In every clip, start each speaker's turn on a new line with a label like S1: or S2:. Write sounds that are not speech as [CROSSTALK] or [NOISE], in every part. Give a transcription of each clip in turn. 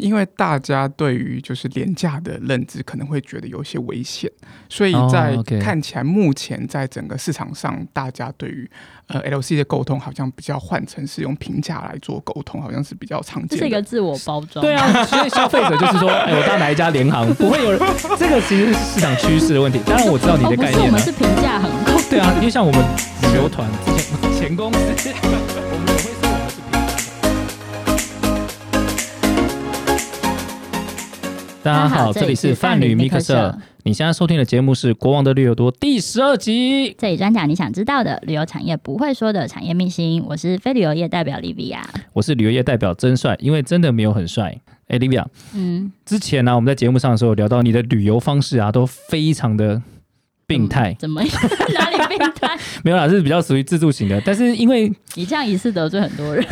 S1: 因为大家对于就是廉价的认知可能会觉得有些危险，所以
S2: 哦
S1: 在
S2: OK
S1: 看起来目前在整个市场上，大家对于呃 LC 的沟通好像比较换成是用评价来做沟通，好像是比较常
S3: 这是
S1: 见
S3: 一个
S1: 的。
S3: 自我包装。
S2: 对，
S3: [LAUGHS]
S2: 啊，所以消费者就是说，哎，我到哪一家联行，不会有人。这个其实是市场趋势的问题。当然我知道你
S3: 哦，
S2: 的
S3: 不
S2: 概
S3: 是，我
S2: 念、
S3: 们
S2: 啊，
S3: 是评价很高。
S2: 对啊，因为像我们旅游团之前前公司，我们也会说我们是平价的。大家
S3: 啊
S2: 好，这里是泛旅密克社。，你现在收听的节目是《国王的旅游多》第十二集。
S3: 这里专讲你想知道的旅游产业不会说的产业秘辛。我是非旅游业代表 Livia。
S2: 我是旅游业代表真帅，因为真的没有很帅。哎、l i v i a
S3: 嗯，
S2: 之前呢、我们在节目上的时候有聊到你的旅游方式啊，都非常的病态，
S3: 怎么样？ [LAUGHS] 哪里病态？
S2: 没有啦，是比较属于自助型的。但是因为
S3: 你这样一次得罪很多人。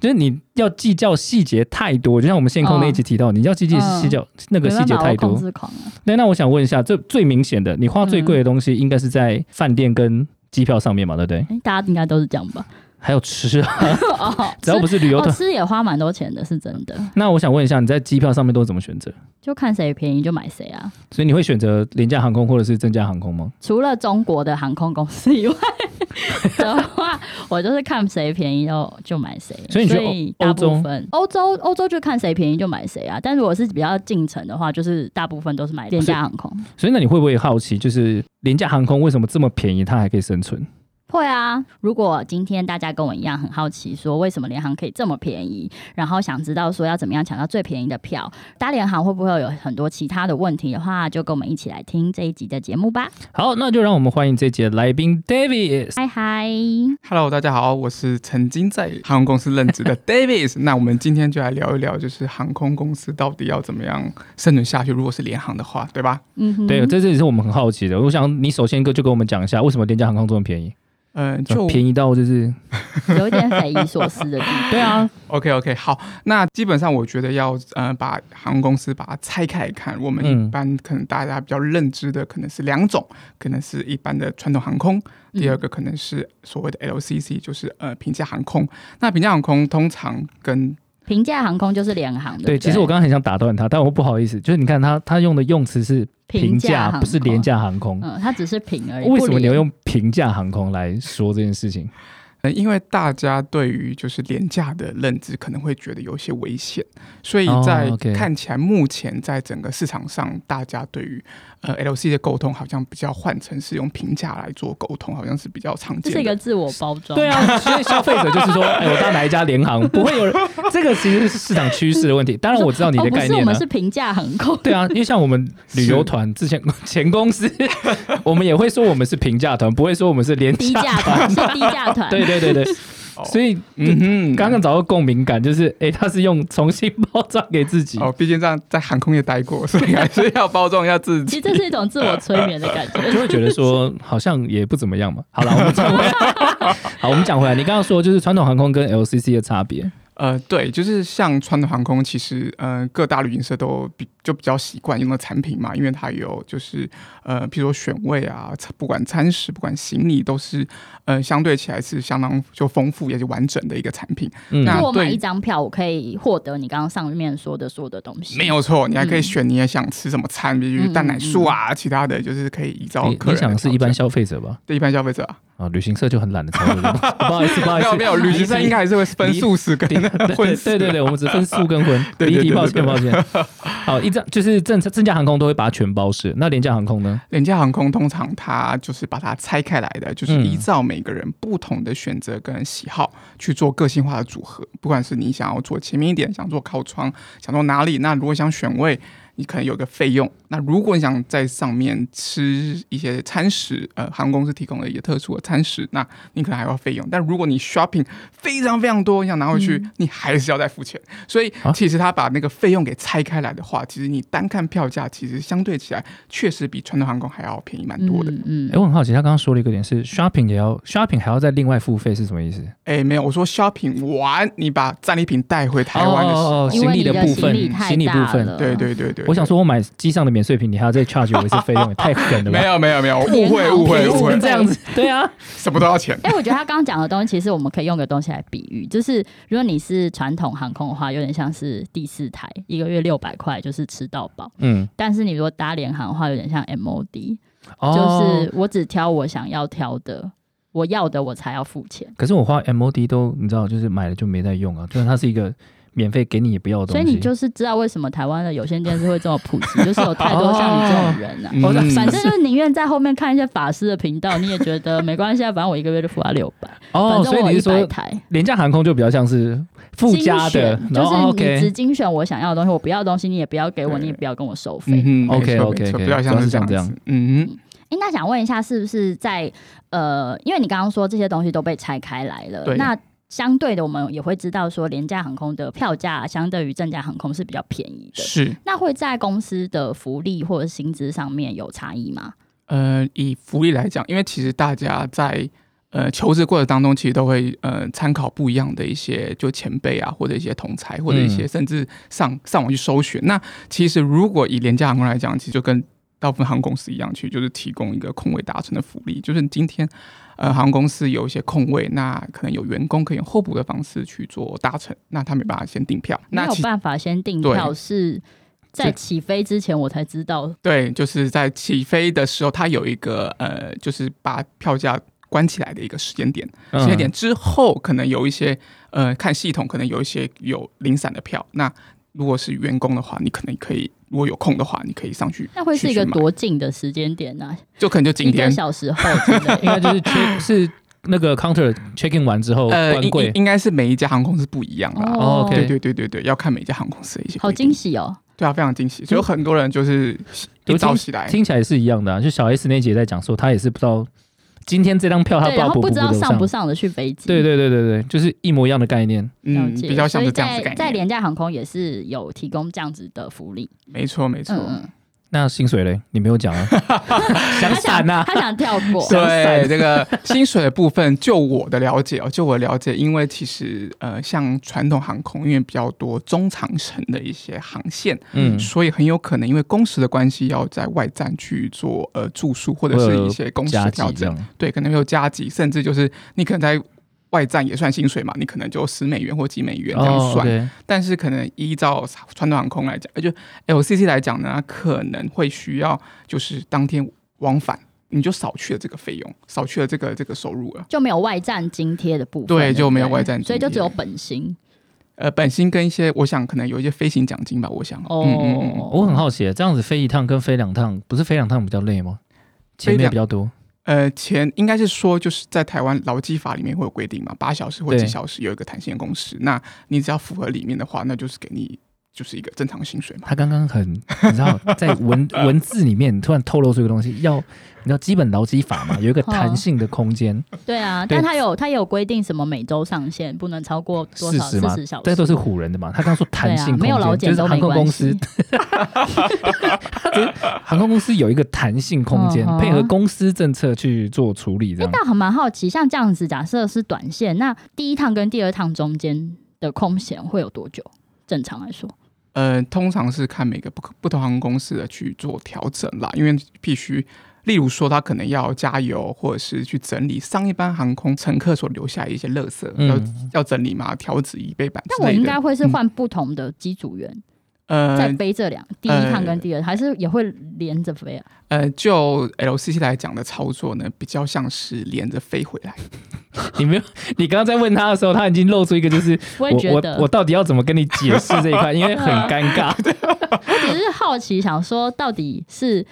S2: 就是你要计较细节太多，就像我们线控那一集提到，你要计较
S3: 嗯
S2: 细较那个
S3: 没
S2: 细
S3: 办
S2: 节
S3: 法，
S2: 太
S3: 我控
S2: 多。
S3: 制狂啊了。
S2: 那那我想问一下，这最明显的，你花最贵的东西应该是在饭店跟机票上面嘛，对不对？
S3: 哎，大家应该都是这样吧？
S2: 还有吃啊，
S3: 哦，
S2: [LAUGHS] 只要不是旅游
S3: 哦 [LAUGHS]
S2: 团。
S3: 吃也花蛮多钱的，是真的。
S2: 那我想问一下，你在机票上面都怎么选择？
S3: 就看谁便宜就买谁啊。
S2: 所以你会选择廉价航空或者是增价航空吗？
S3: 除了中国的航空公司以外的话，我就是看谁便宜就就买谁。
S2: 所以你觉得欧
S3: 大部分欧洲欧洲就看谁便宜就买谁啊。但如果是比较进城的话，就是大部分都是买廉价航空。
S2: 所以那你会不会好奇，就是廉价航空为什么这么便宜，它还可以生存？
S3: 会啊，如果今天大家跟我一样很好奇，说为什么联航可以这么便宜，然后想知道说要怎么样抢到最便宜的票，搭联航会不会有很多其他的问题的话，就跟我们一起来听这一集的节目吧。
S2: 好，那就让我们欢迎这节来宾 David。
S3: 嗨嗨，
S1: Hello，大家好，我是曾经在航空公司任职
S3: [LAUGHS]
S1: 的 Davis。那我们今天就来聊一聊，就是航空公司到底要怎么样生存下去？如果是联航的话，对吧？
S3: 嗯哼，
S2: 对，这这也是我们很好奇的。我想你首先就就跟我们讲一下，为什么廉价航空这么便宜？
S1: 嗯、就
S2: 便宜到就是
S3: 有一点匪夷所思的地方。
S2: 对啊，
S1: OK OK，好，那基本上我觉得要呃把航空公司把它拆开来看，我们
S2: 嗯
S1: 一般可能大家比较认知的可能是两种，可能是一般的传统航空，
S2: 嗯
S1: 第二个可能是所谓的 LCC，就是呃平价航空。那平价航空通常跟
S3: 平价航空就是联航的。
S2: 对。
S3: 对不对，
S2: 其实我刚刚很想打断他，但我不好意思，就是你看他他用的用词是平价，
S3: 航
S2: 不是廉。价航空。
S3: 嗯，它只是平而已。
S2: 为什么你要
S3: 不廉
S2: 用平价航空来说这件事情？
S1: 呃，因为大家对于就是廉价的认知可能会觉得有些危险，所以
S2: 哦
S1: 在
S2: OK
S1: 看起来目前在整个市场上，大家对于呃 LC 的沟通好像比较换成是用评价来做沟通，好像是比较常
S3: 这
S1: 见
S3: 是一
S1: 的
S3: 个。自我包装？
S2: 对，啊，所以消费者就是说，哎，我到哪一家联行不会有人，这个其实是市场趋势的问题。当然我知道你的
S3: 哦，不
S2: 概
S3: 是，我
S2: 念
S3: 们
S2: 啊
S3: 是。平价航空。
S2: [LAUGHS] 对啊，因为像我们旅游团之前 [LAUGHS] 前
S1: [LAUGHS]
S2: 公司，我们也会说我们是平价团，不会说我们是
S3: [LAUGHS]
S2: 廉
S3: [LAUGHS] 低
S2: 价。
S3: 价团是低价
S2: [LAUGHS]
S3: 团，
S2: 对对对对，
S1: 哦
S2: 所以
S1: 嗯哼，
S2: 刚刚找到共鸣感，就是哎、诶他是用重新包装给自己。
S1: 哦，毕竟这样在航空业待过，所以还是要包装一下自
S3: 其
S1: 己。
S3: [LAUGHS] 实这是一种自我催眠的感
S2: [LAUGHS]
S3: 觉。
S2: 就会觉得说好像也不怎么样嘛。好了，我们讲回来。
S1: [LAUGHS]
S2: 好，我们讲回来，你刚刚说就是传统航空跟 LCC 的差别。
S1: 呃，对，就是像川的航空，其实呃各大旅行社都比就比较习惯用的产品嘛，因为它有就是呃，譬如说选位啊，餐不管餐食，不管行李，都是呃相对起来是相当就丰富也是完整的一个产品。
S2: 嗯，
S3: 就
S1: 那
S3: 我买
S1: 对
S3: 一张票，我可以获得你刚刚上面说的所有的东西。
S1: 没，有错，你还可以选你也想吃什么餐，比如蛋奶素啊，其他的就是可以依照
S2: 你
S1: 客
S2: 你
S1: 人的
S2: 想是
S1: 条
S2: 一般
S1: 件
S2: 消费者吧？
S1: 对一般消费者啊，
S2: 啊，旅行社就很懒得操作。
S1: [LAUGHS]
S2: 不好意思，不好意
S1: 没
S2: 思，
S1: 有没有，旅行社应该还是会分素食跟
S2: 对
S1: [LAUGHS] 荤食
S2: 对对对，我们只分素跟荤，
S1: 啊 [LAUGHS] 对对
S2: 离
S1: 对
S2: 题，
S1: 对 [LAUGHS]
S2: 抱歉抱歉。好，一张就是正正价航空都会把它全包式，那廉价航空呢？
S1: 廉价航空通常它就是把它拆开来的，就是
S2: 嗯
S1: 依照每个人不同的选择跟喜好去做个性化的组合。不管是你想要坐前面一点，想坐靠窗，想坐哪里，那如果想选位，你可能有个费用。那如果你想在上面吃一些餐食，呃，航空公司提供了一些特殊的餐食，那你可能还要费用。但如果你 shopping 非常非常多，你想拿回去，你还是要再付钱。所以
S2: 啊
S1: 其实他把那个费用给拆开来的话，其实你单看票价，其实相对起来确实比传统航空还要便宜蛮多的。
S3: 嗯嗯
S2: 哎、，我很好奇，他刚刚说了一个点是 shopping 也要 shopping 还要再另外付费是什么意思？
S1: 哎、没有，我说 shopping 完，你把战利品带回台湾的时候，
S2: 哦哦哦
S3: 因
S2: 行
S3: 为
S2: 李
S3: 你
S2: 的
S3: 的
S2: 部分
S3: 行李，
S2: 行
S3: 太
S2: 李部
S3: 大
S2: 分
S3: 了，
S1: 对对对对
S2: 我想说，我买机上的免税品，你还要再 charge 我一次费用，也太狠了吧？
S1: 没有没有没有，
S3: 廉
S1: 误会
S3: 航
S1: 误会
S2: [LAUGHS]
S3: 便宜
S1: 误会
S3: 是，
S2: 这样子，对啊，
S1: 什么都要
S2: [LAUGHS]
S1: 钱。
S3: 哎、我觉得他刚刚讲的东西，其实我们可以用个东西来比喻，就是如果你是传统航空的话，有点像是第四台，一个月六百块就是吃到饱；
S2: 嗯，
S3: 但是你如果搭联航的话，有点像 MOD，、就
S2: 哦，
S3: 是我只挑我想要挑的，我要的我才要付钱。
S2: 可是我花 MOD 都你知道，就是买了就没在用啊，就是它是一个免费给你也不要的东
S3: 所以
S2: 西，
S3: 你就是知道为什么台湾的有线电视会这么普及，就是有太多像你这种
S2: [LAUGHS]
S3: 人啊。
S2: 哦那
S1: 嗯
S3: 反正就是宁愿在后面看一些法师的频道，你也觉得没关系啊，反正我一个月就付他六百，
S2: 哦，
S3: 反
S2: 所
S3: 正
S2: 以
S3: 我
S2: 你
S3: 一
S2: 是
S3: 百
S2: 说
S3: 台。
S2: 廉价航空就比较像是附
S3: 精
S2: 加的
S3: 选，
S2: 然后
S3: 就是你
S2: OK
S3: 只精选我想要的东西，我不要的东西你也不要给我，
S1: 对
S3: 你也不要跟我收费。
S1: 嗯哼
S2: OK，
S1: 没错
S2: OK，
S1: 没错
S2: OK，
S1: 不要
S2: 主
S1: 像
S2: 要是
S1: 这样
S2: 这样
S1: 子。嗯哼，
S3: 哎、那想问一下，是不是在呃，因为你刚刚说这些东西都被拆开来了，
S1: 对
S3: 那相对的，我们也会知道说廉价航空的票价啊相对于正价航空是比较便宜的。
S1: 是
S3: 那会在公司的福利或者薪资上面有差异吗？
S1: 呃，以福利来讲，因为其实大家在呃求职过程当中，其实都会呃参考不一样的一些就前辈啊，或者一些同才，或者一些
S3: 嗯
S1: 甚至上上网去搜寻。那其实如果以廉价航空来讲，其实就跟大部分航空公司一样，其实就是提供一个空位达成的福利，就是今天。呃，航空公司有一些空位，那可能有员工可以用候补的方式去做搭乘，那他没办法先订票。
S3: 没
S1: 那
S3: 有
S1: 其
S3: 办法先订
S1: 对
S3: 票，是在
S1: 这
S3: 起飞之前我才知道。
S1: 对，就是在起飞的时候，它有一个呃，就是把票价关起来的一个时间点。
S2: 嗯
S1: 时间点之后，可能有一些呃，看系统可能有一些有零散的票。那如果是员工的话，你可能可以，如果有空的话，你可以上去。
S3: 那会是一个
S1: 去买
S3: 多近的时间点呢、啊？
S1: 就可能就今
S3: 一个
S1: 天，
S3: 小时后之类的，
S1: [LAUGHS]
S3: [LAUGHS]
S2: 应该就是 check 是那个 counter check in 完之后
S1: 呃，
S2: 哦关
S1: 应应
S2: 柜，
S1: 应该是每一家航空公司不一样啦。
S2: 哦，OK
S1: 对对对对对，要看每一家航空公司的一些
S3: 好
S1: 规定
S3: 惊，喜哦！
S1: 对啊，非常惊喜。所以有很多人就是一
S2: 有
S1: 早
S2: 惊
S1: 起来，
S2: 听起来是一样的啊。就小 S 那节在讲说，他也是不知道今天这张
S1: 啊
S2: 票他
S3: 对，
S2: 不知
S3: 然
S2: 道
S3: 后
S2: 补
S3: 不知道
S2: 补得
S3: 上不上得去飞机，
S2: 对对对对对，就是一模一样的概念。
S3: 了
S1: 嗯，
S3: 解，
S1: 比较像是这样
S3: 所
S1: 子
S3: 以
S1: 的
S3: 在
S1: 概
S3: 在
S1: 念。
S3: 廉价航空也是有提供这样子的福利，
S1: 没错没错，
S3: 嗯嗯，
S2: 那薪水嘞？你没有
S1: [LAUGHS]
S2: 讲啊，想
S3: 他
S2: 闪
S3: 想
S2: 呐、啊。
S3: 他想跳过，
S2: 想
S1: 对
S2: 散
S1: 这个薪水的部分，就我的了解哦， [LAUGHS] 就我的了解，因为其实呃，像传统航空，因为比较多中长程的一些航线，
S2: 嗯，
S1: 所以很有可能因为工时的关系，要在外站去做呃住宿或者是一些工时
S2: 加
S1: 的
S2: 急
S1: 调
S2: 这
S1: 整，
S2: 样。
S1: 对，可能有加急，甚至就是你可能在。外站也算薪水嘛，你可能就十美元或几美元这样
S2: 哦
S1: 算，
S2: ，OK，
S1: 但是可能依照传统航空来讲，呃就 LCC 来讲呢，它可能会需要就是当天往返，你就少去了这个费用，少去了这个这个收入了。
S3: 就没有外站津贴的部分，
S1: 对
S3: 对不对，
S1: 就没有外站津贴
S3: 所以就只有本薪
S1: 呃，本薪跟一些，我想可能有一些飞行奖金吧，我想。
S3: 哦。
S1: 嗯嗯嗯
S2: 我很好奇，这样子飞一趟跟飞两趟，不是飞两趟比较累吗？
S1: 飞
S2: 前面
S1: 两
S2: 比较多。
S1: 呃，钱应该是说，就是在台湾劳基法里面会有规定嘛，八小时或
S2: 对
S1: 几小时有一个弹性工时，那你只要符合里面的话，那就是给你就是一个正常薪水嘛。
S2: 他刚刚很，你知道，
S1: [LAUGHS]
S2: 在文文字里面突然透露出一个东西，要你知道基本劳基法嘛，
S3: [LAUGHS]
S2: 有一个
S3: 哦
S2: 弹性的空间，
S3: 对啊，
S2: 对
S3: 但他有他有规定什么每周上限不能超过多
S2: 四
S3: 少
S2: 十
S3: 四
S2: 嘛
S3: 十小，时，
S2: 这都是唬人的嘛。他刚说
S3: 对
S2: 弹
S3: 啊
S2: 性，空
S3: 没
S2: 间，
S3: 有
S2: 就
S3: 劳检
S2: 是
S3: 都
S2: 航
S3: 没
S2: 空
S3: 关
S2: 公
S3: 系
S2: 司，， [LAUGHS] 啊航空公司有一个弹性空间
S3: 嗯，哼
S2: 配合公司政策去做处理，这
S3: 哎、
S2: 样。
S3: 但很蛮好奇，像这样子，假设是短线，那第一趟跟第二趟中间的空闲会有多久？正常来说，
S1: 呃，通常是看每个不不同航空公司的去做调整啦，因为必须，例如说他可能要加油，或者是去整理上一班航空乘客所留下的一些垃圾，要
S2: 嗯，
S1: 要整理嘛，调整椅背板之
S3: 但我
S1: 类
S3: 应
S1: 的
S3: 该。会是
S1: 嗯
S3: 换不同的机组员、再
S1: 呃
S3: 飞这两第一趟跟第二，还是也会连着飞啊？
S1: 呃，就 LCC 来讲的操作呢，比较像是连着飞回来。
S2: 你没有，你刚刚在问他的时候，他已经露出一个就是
S3: [LAUGHS] 我
S2: 我
S3: 也觉
S2: 我
S3: 得，
S2: 我到底要怎么跟你解释这一
S3: [LAUGHS]
S2: 块，因为很尴尬。
S3: 我只是好奇，想说到底是。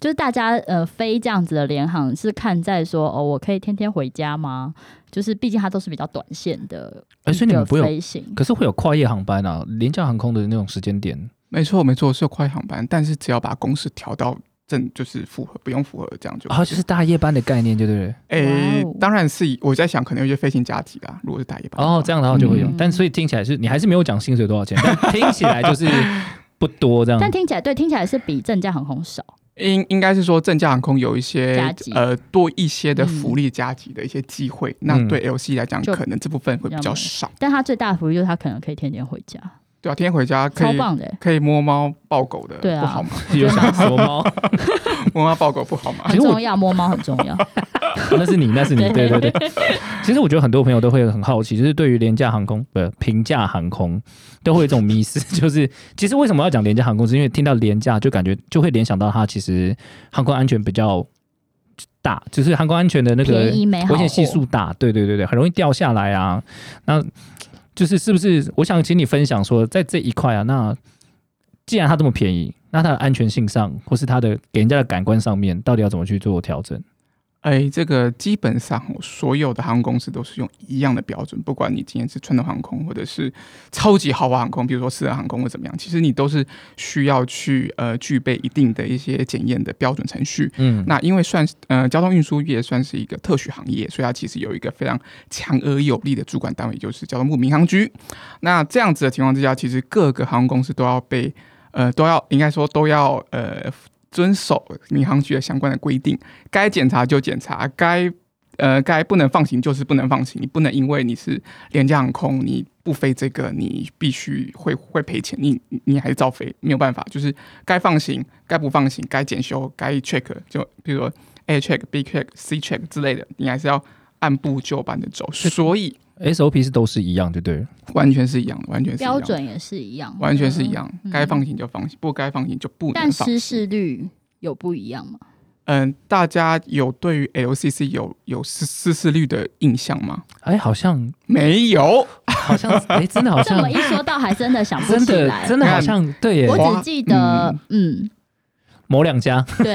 S3: 就是大家呃飞这样子的联航是看在说哦，我可以天天回家吗？就是毕竟它都是比较短线的
S2: 哎，所以你们
S3: 一个
S2: 不会有，
S3: 飞行，
S2: 可是会有跨夜航班啊，廉价航空的那种时间点。
S1: 没错，没错，是有快航班，但是只要把工时调到正，就是符合，不用符合，这样就嗯可以
S2: 啊，就是大夜班的概念，对不对？
S1: 诶、
S3: 哇哦
S1: 当然是以我在想，可能有一些飞行加急啦，如果是大夜班的话。
S2: 哦，这样的话就会有，
S3: 嗯
S2: 但所以听起来是你还是没有讲薪水多少钱，但听起来就是不多这样。
S3: 但听起来对，听起来是比正价航空少。
S1: 应应该是说正价航空有一些
S3: 加急嗯
S1: 呃多一些的福利加急的一些机会，那对 LC 来讲，
S3: 就
S1: 可能这部分会比
S3: 要
S1: 较
S3: 么
S1: 少。
S3: 但他最大的福利就是他可能可以天天回家，
S1: 对啊，天天回家可
S3: 超
S1: 以
S3: 棒的、欸
S2: 呃
S1: 可以摸猫抱狗的，
S3: 对啊
S1: 不好吗？
S2: [LAUGHS] 有想说猫，
S1: 摸猫抱狗不好吗？ [LAUGHS]
S2: 其
S3: 很
S2: 实我
S3: 重要，摸猫很重
S2: [LAUGHS]
S3: 要。
S2: 啊那是你，那是你，对
S3: [LAUGHS] 对
S2: 对对。其实我觉得很多朋友都会很好奇，就是对于廉价航空，不平价航空，都会有一种迷思， [LAUGHS] 就是其实为什么要讲廉价航空，是因为听到廉价就感觉就会联想到它其实航空安全比较大，就是航空安全的那个
S3: 便宜没好
S2: 危
S3: 货
S2: 险系数大，对对对对，很容易掉下来啊。那就是是不是？我想请你分享说，在这一块啊，那既然它这么便宜，那它的安全性上，或是它的给人家的感官上面，到底要怎么去做调整？
S1: 哎，这个基本上哦所有的航空公司都是用一样的标准，不管你今天是传统航空，或者是超级豪华航空，比如说私人航空或怎么样，其实你都是需要去呃具备一定的一些检验的标准程序。
S2: 嗯
S1: 那因为算是呃交通运输业算是一个特许行业，所以它其实有一个非常强而有力的主管单位，就是交通部民航局。那这样子的情况之下，其实各个航空公司都要被呃都要应该说都要呃遵守民航局的相关的规定，该检查就检查，该呃该不能放行就是不能放行，你不能因为你是廉价航空，你不飞这个你必须会会赔钱，你你你还是照飞，没有办法，就是该放行该不放行，该检修该 check 就比如说 A check B check C check 之类的，你还是要按部就班的走，所以
S2: SOP 是都是一样，就对了。
S1: 完全是一样的，完全是一样
S3: 标
S1: 的。
S3: 准也是一样，
S1: 完全是一样，
S3: 嗯
S1: 该放行就放行，不该放行就不能放
S3: 但
S1: 行。
S3: 失事率有不一样吗？
S1: 嗯，大家有对于 LCC 有有失失事率的印象吗？
S2: 哎，好像
S1: 没有，
S2: 好
S3: [LAUGHS]
S2: 像，哎，真的好
S3: 这
S2: 像
S3: 么，一说到，还真的想
S2: [LAUGHS]
S3: 不
S2: 真
S3: 起
S2: 的
S3: 来。
S2: 真的好像对耶
S3: 我，
S1: 哇
S3: 只记得，嗯，
S2: 某两家
S1: [LAUGHS]
S3: 对，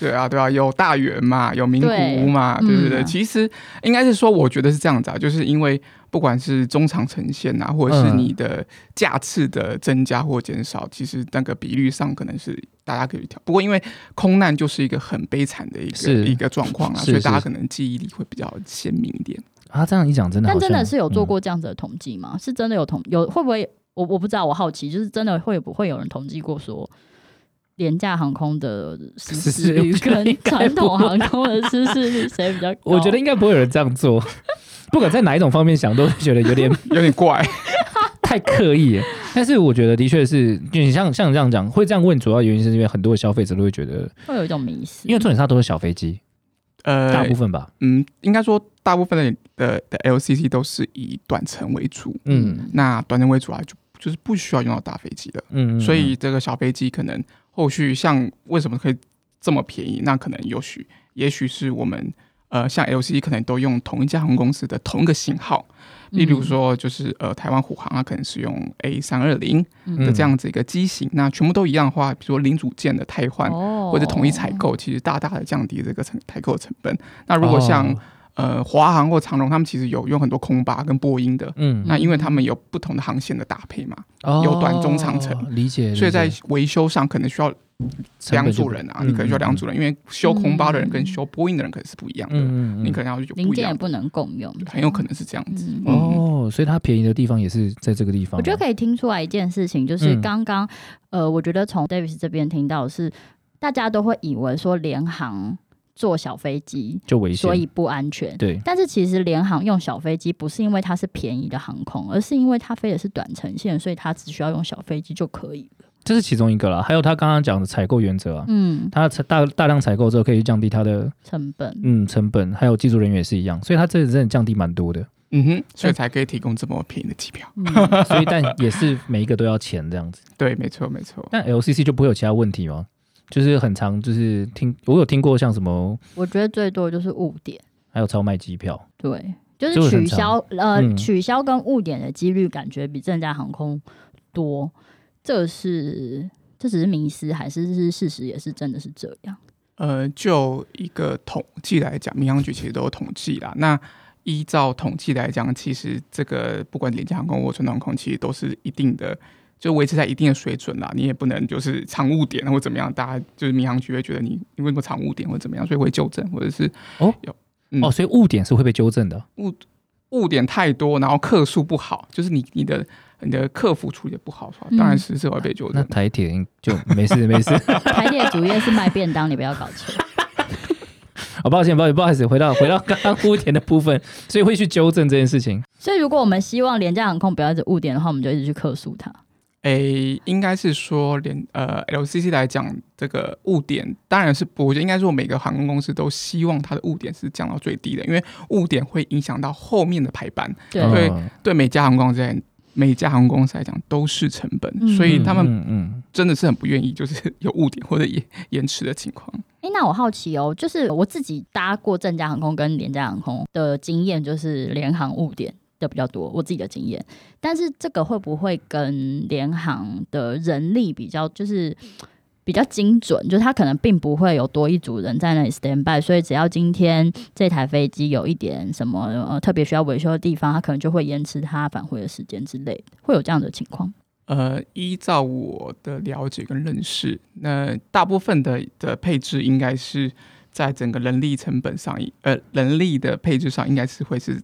S1: 对啊，对啊，有大圆嘛，有名
S3: 对
S1: 古屋嘛，对对对。
S3: 嗯
S1: 其实应该是说，我觉得是这样子啊，就是因为不管是中长呈现啊，或者是
S2: 嗯
S1: 你的架次的增加或减少，其实那个比率上可能是大家可以调。不过因为空难就是一个很悲惨的一个
S2: 是
S1: 一个状况啊，
S2: 是
S1: 所以大家
S2: 是
S1: 可能记忆力会比较鲜明一点。 [LAUGHS]
S2: 啊，这样一讲真的好
S3: 但
S2: 像，
S3: 真的是有做
S2: 嗯
S3: 过这样子的统计吗？是真的有统有会不会？我我不知道，我好奇，就是真的会不会有人统计过说，廉价航空的失
S2: 失
S3: 事
S2: 事
S3: 率
S2: 率
S3: 跟
S2: 应该
S3: 传统
S2: 不会
S3: 航空的失事率谁
S1: [LAUGHS]
S3: 比较高？
S2: 我觉得应该不会有人这样做， [LAUGHS] 不管在哪一种方面想，都会觉得有点
S1: 有点怪，
S2: 太刻意
S3: [LAUGHS]
S2: 了。但是我觉得的确是，就你像像这样讲，会这样问，主要原因是因为很多的消费者都会觉得，
S3: 会有一种迷失，
S2: 因为重点是它都是小飞机，
S1: 呃，
S2: 大部分吧，
S1: 嗯，应该说大部分的呃的的 LCC 都是以短程为主，
S2: 嗯
S1: 那短程为主啊，就就是不需要用到大飞机的，
S2: 嗯，嗯
S1: 所以这个小飞机可能后续像为什么可以这么便宜，那可能也许也许是我们呃像 LCC 可能都用同一家航空公司的同一个型号，例
S3: 嗯
S2: 嗯
S1: 如说就是呃台湾虎航啊，可能是用 A 三二零
S3: 嗯
S1: 的这样子一个机型，那全部都一样的话，比如说零组件的汰换。
S3: 哦
S1: 嗯或者统一采购，其实大大的降低这个成采购成本。那如果像、
S2: 哦
S1: 呃华航或长荣，他们其实有用很多空巴跟波音的，
S2: 嗯
S1: 那因为他们有不同的航线的搭配嘛，有短中长程
S2: 哦理解，
S1: 所以在
S2: 理解
S1: 维修上可能需要两组人啊，
S2: 成
S1: 你
S2: 本就不
S1: 可能需要两组人，因为修空巴的人跟
S3: 嗯
S1: 修波音的人可能是不一样的，
S2: 嗯嗯嗯
S1: 你可能要有
S3: 零
S1: 不一
S3: 件也
S1: 样的，
S3: 不能共用，
S1: 很有可能是这样子。
S3: 嗯
S1: 嗯
S2: 哦，所以它便宜的地方也是在这个地方吗。啊
S3: 我觉得可以听出来一件事情，就是
S2: 嗯
S3: 刚刚、呃，我觉得从 Davis 这边听到的是，大家都会以为说联航坐小飞机，
S2: 就危险，
S3: 所以不安全。
S2: 对，
S3: 但是其实联航用小飞机不是因为它是便宜的航空，而是因为它飞的是短程线，所以它只需要用小飞机就可以了。
S2: 这是其中一个啦。还有他刚刚讲的采购原则啊，
S3: 嗯，
S2: 他大大量采购之后可以降低他的
S3: 成本。
S2: 嗯成本，还有技术人员也是一样，所以他这真的降低蛮多
S3: [LAUGHS]
S2: 的。
S1: 嗯哼，所以才可以提供这么便宜的机票。
S3: 嗯，
S2: 所以但也是每一个都要钱这样子。
S1: 对，没错，没错。
S2: 但 LCC 就不会有其他问题吗？就是很常就是听我有听过像什么
S3: 我觉得最多就是误点，
S2: 还有超卖机票，
S3: 对，就
S2: 这
S3: 是
S2: 个很
S3: 取
S2: 常
S3: 消呃、
S2: 嗯
S3: 取消跟误点的几率，感觉比正价航空多。这是这只是迷失，还是是事实？也是真的是这
S2: [LAUGHS]
S3: 样？
S1: 呃，就一个统计来讲，民航局其实都有统计啦。那依照统计来讲，其实这个不管廉价航空或传统航空，其实都是一定的，就维持在一定的水准啦。你也不能就是藏误点或怎么样，大家就是民航局会觉得你你为什么藏误点或怎么样，所以会纠正，或者是嗯
S2: 哦，所以误点是会被纠正的。啊
S1: 误点太多，然后客数不好，就是你你的你的客服处理的不好的话，当然是是会被纠
S2: 那
S1: 正。
S2: 台铁应就没事 [LAUGHS] 没事，
S3: 台铁主业是卖便当，你不要搞错。
S2: 好、哦抱歉抱歉，不好意思，回到回到刚刚误点的部分，所以会去纠正这件事情。
S3: 所以，如果我们希望廉价航空不要一直误点的话，我们就一直去克诉它。
S1: 诶，应该是说连呃 LCC 来讲，这个误点当然是不，我觉得应该说每个航空公司都希望它的误点是降到最低的，因为误点会影响到后面的排班，
S3: 对
S1: 对
S2: 嗯
S1: 对每家航空公司来每家航空公司来讲都是成本，
S3: 嗯
S1: 所以他们
S2: 嗯嗯
S1: 真的是很不愿意，就是有误点或者延延迟的情况。
S3: 哎、那我好奇哦，就是我自己搭过正价航空跟廉价航空的经验，就是联航误点的比较多，我自己的经验。但是这个会不会跟联航的人力比较，就是比较精准？就是他可能并不会有多一组人在那里 stand by，所以只要今天这台飞机有一点什么呃特别需要维修的地方，他可能就会延迟他返回的时间之类的，会有这样的情况。
S1: 呃，依照我的了解跟认识，那大部分的的配置应该是在整个人力成本上，呃，人力的配置上应该是会是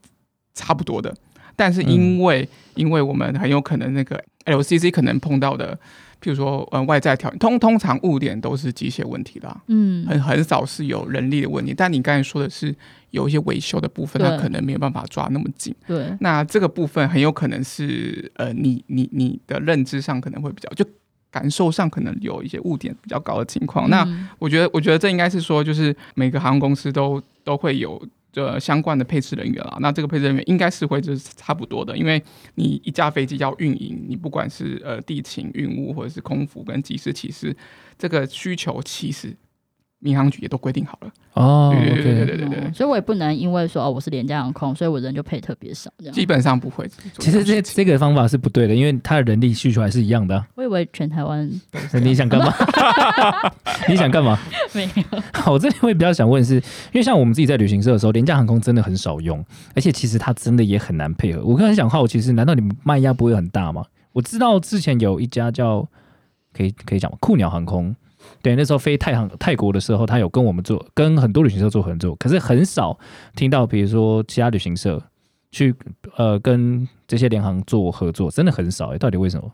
S1: 差不多的。但是因为、
S3: 嗯
S1: 因为我们很有可能那个 LCC 可能碰到的，譬如说呃外在条通通常误点都是机械问题啦，
S3: 嗯
S1: 很很少是有人力的问题。但你刚才说的是有一些维修的部分，它
S3: 对
S1: 可能没有办法抓那么紧。
S3: 对，
S1: 那这个部分很有可能是呃，你你你的认知上可能会比较，就感受上可能有一些误点比较高的情况。那
S3: 嗯
S1: 我觉得，我觉得这应该是说，就是每个航空公司都都会有呃相关的配置人员啦。那这个配置人员应该是会就是差不多的，因为你一架飞机要运营，你不管是呃地勤、运务或者是空服跟机师、其实这个需求其实民航局也都规定好了。
S2: 哦，
S1: 对对对
S2: OK
S1: 对对对
S3: 哦
S1: 对，
S3: 所以我也不能因为说哦我是廉价航空，所以我人就配特别少这样。
S1: 基本上不会
S3: 嗯
S1: 做样的
S2: 其
S1: 事情。
S2: 实这这个方法是不对的，因为他的人力需求还是一样的啊、
S3: 我以为全
S2: [LAUGHS]
S3: 台湾
S2: 你想
S1: [LAUGHS]
S2: 干嘛？你想干嘛？
S3: 没有，
S2: 好， [LAUGHS] 我这里会比较想问是，因为像我们自己在旅行社的时候，廉价航空真的很少用，而且其实它真的也很难配合。我刚才想好奇是，难道你们卖压不会很大吗？我知道之前有一家叫可以可以讲吗？酷鸟航空，对，那时候飞泰航泰国的时候，他有跟我们做跟很多旅行社做合作，可是很少听到比如说其他旅行社去呃跟这些联航做合作，真的很少、欸。到底为什么？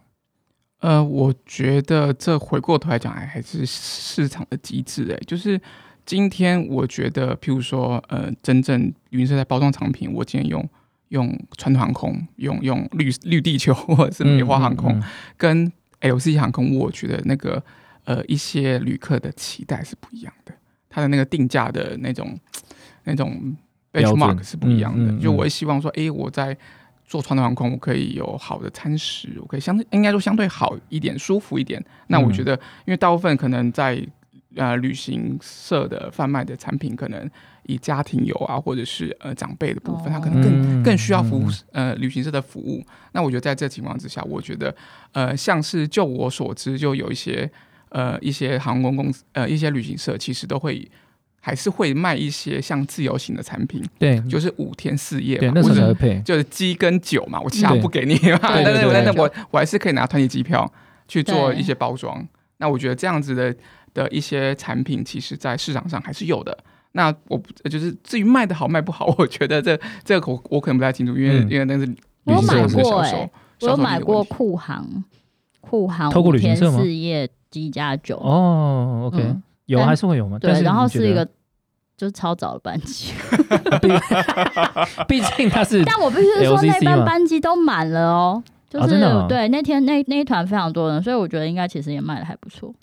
S1: 呃，我觉得这回过头来讲，哎，还是市场的机制、哎，就是今天我觉得，譬如说，呃，真正云社在包装产品，我今天用用传统航空，用用绿绿地球 [LAUGHS] 或者是梅花航空，
S2: 嗯嗯嗯
S1: 跟 LCC 航空，我觉得那个呃一些旅客的期待是不一样的，它的那个定价的那种那种
S2: 标准
S1: benchmark 是不一样的。
S2: 嗯嗯嗯
S1: 就我会希望说，诶，我在做传统航空，我可以有好的餐食，我可以相对应该说相对好一点，舒服一点。那
S2: 嗯
S1: 我觉得，因为大部分可能在呃旅行社的贩卖的产品，可能以家庭游啊，或者是呃长辈的部分，它可能更
S2: 嗯
S1: 更需要服务
S2: 嗯
S1: 呃旅行社的服务。那我觉得在这情况之下，我觉得呃像是就我所知，就有一些呃一些航空公司呃一些旅行社其实都会还是会卖一些像自由行的产品，
S2: 对，
S1: 就是五天四夜
S2: 嗯对，
S1: 嘛，
S2: 那时
S1: 或
S2: 候才
S1: 者
S2: 会配。
S1: 就是鸡跟酒嘛，我其他
S2: 对
S1: 不给
S3: [LAUGHS]
S1: 你 [LAUGHS] 嘛，
S3: 对对
S1: 但是
S2: 对
S1: 但是
S3: 对
S1: 我我还是可以拿团体机票去做
S3: 对
S1: 一些包装。那我觉得这样子的的一些产品，其实在市场上还是有的。那我不就是至于卖的好卖不好，我觉得这 [LAUGHS] 这个我我可能不太清楚，因为、
S2: 嗯
S1: 因为那是
S3: [LAUGHS] 我
S1: 旅
S3: 有
S1: 行社
S3: 买
S1: 公司的
S3: 过
S1: 销
S3: 哎、
S1: 售，
S3: 我
S1: 销售
S3: 有买
S1: 力的问
S3: 过
S1: 题
S3: 酷航，酷航
S2: 透过
S3: 五
S2: 旅行
S3: 天
S2: 社吗
S3: 四夜机加酒，
S2: 哦，OK，、
S3: 嗯
S2: 有
S3: 但
S2: 还是会有吗？但
S3: 对，然后
S2: 你觉
S3: 是一
S2: 得
S3: 个。就是超早的班机，
S2: 毕竟 [LAUGHS] 它是
S3: 但我必须说
S2: LCC
S3: 那班
S2: 嘛
S3: 班机都满了哦，就
S2: 哦
S3: 是、
S2: 真的哦
S3: 对那天那那一团非常多人，所以我觉得应该其实也卖的还不错，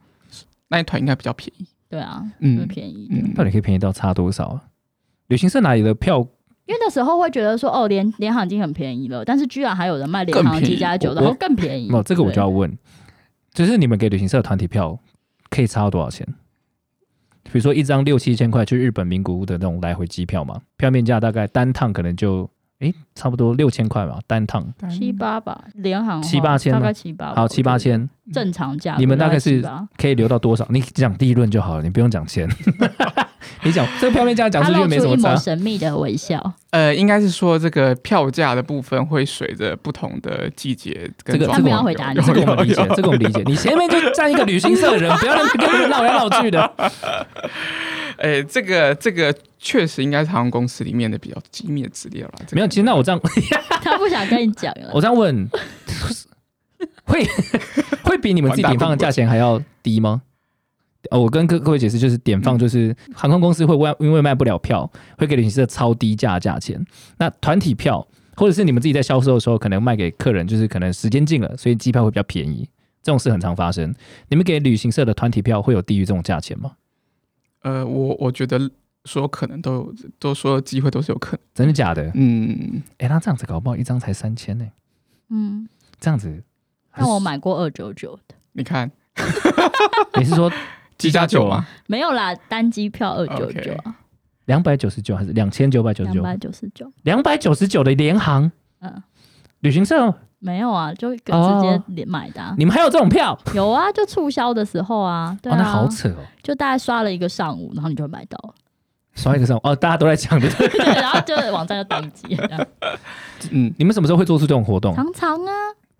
S1: 那一团应该比较便宜。
S3: 对啊，
S1: 嗯
S3: 就是便宜的，
S1: 嗯，
S2: 到底可以便宜到差多少啊？旅行社哪里的票？
S3: 因为那时候会觉得说哦联联航已经很便宜了，但是居然还有人卖联
S1: 更
S3: 航
S1: 便宜
S3: 机加酒，
S2: 我
S3: 然后
S2: 我
S3: 更便宜，
S2: 哦，这个我
S3: 嗯对
S2: 就要问，就是你们给旅行社的团体票可以差到多少钱？比如说一张六七千块去日本名古屋的那种来回机票嘛，票面价大概单趟可能就诶差不多六千块嘛，单趟
S1: 但
S3: 七八吧，联航的话
S2: 七八千吗
S3: 大概七八吧，
S2: 好
S3: 我觉
S2: 七八
S3: 得
S2: 千，
S3: 正常价格大七八，
S2: 你们大概是可以留到多少？你讲利润就好了，你不用讲钱， [LAUGHS] 你讲这个票面价讲
S3: 他
S2: 出去
S3: 露
S2: 就没什
S3: 出一
S2: 么差
S3: 抹。神秘的微笑，
S1: 呃，应该是说这个票价的部分会随着不同的季节跟
S2: 这个
S1: 状况
S2: 这个我
S3: 要回答你
S1: 有
S2: 这个我们理
S1: 有
S2: 解
S1: 有，
S2: 这个我们理解。你前面就站一个旅行社
S1: [LAUGHS]
S2: 的人，不要在那边跟我闹来闹去的。
S1: 哎、这个这个确实应该是航空公司里面的比较机密的资料了。这个
S2: 没有，其实那我这样， [LAUGHS]
S3: 他不想跟你讲了。
S2: 我这样问，会会比你们自己点放的价钱还要低吗？哦，我跟各各位解释，就是点放就是航空公司会为因为卖不了票，会给旅行社超低价的价钱。那团体票或者是你们自己在销售的时候，可能卖给客人，就是可能时间近了，所以机票会比较便宜，这种事很常发生。你们给旅行社的团体票会有低于这种价钱吗？
S1: 呃，我我觉得所有可能都有，都所有机会都是有可能。
S2: 真的假的？
S1: 嗯，
S2: 哎、那这样子搞不好一张才三千呢，
S3: 嗯，
S2: 这样子还
S3: 但
S2: 是。
S3: 我买过二九九的，
S1: 你看
S2: 你是说
S1: 七加九嘛，
S3: 没有啦，单机票二九九啊
S1: OK，
S2: 两百九十九还是两千九百九十
S3: 两
S2: 九？
S3: 百九十九，
S2: 两百九十九的联航
S3: 嗯，
S2: 旅行社，
S3: 没有啊，就直
S2: 哦
S3: 接连买的、啊
S2: 你们还有这种票？
S3: 有啊，就促销的时候啊，对
S2: 哦，那
S3: 啊，
S2: 好扯哦，
S3: 就大概刷了一个上午，然后你就会买到了， [LAUGHS]
S2: 刷一个上哦，大家都在抢的。 [LAUGHS]
S3: 对，然后就网站就宕机了这样，
S1: 嗯
S2: 你们什么时候会做出这种活动？
S3: 常常啊，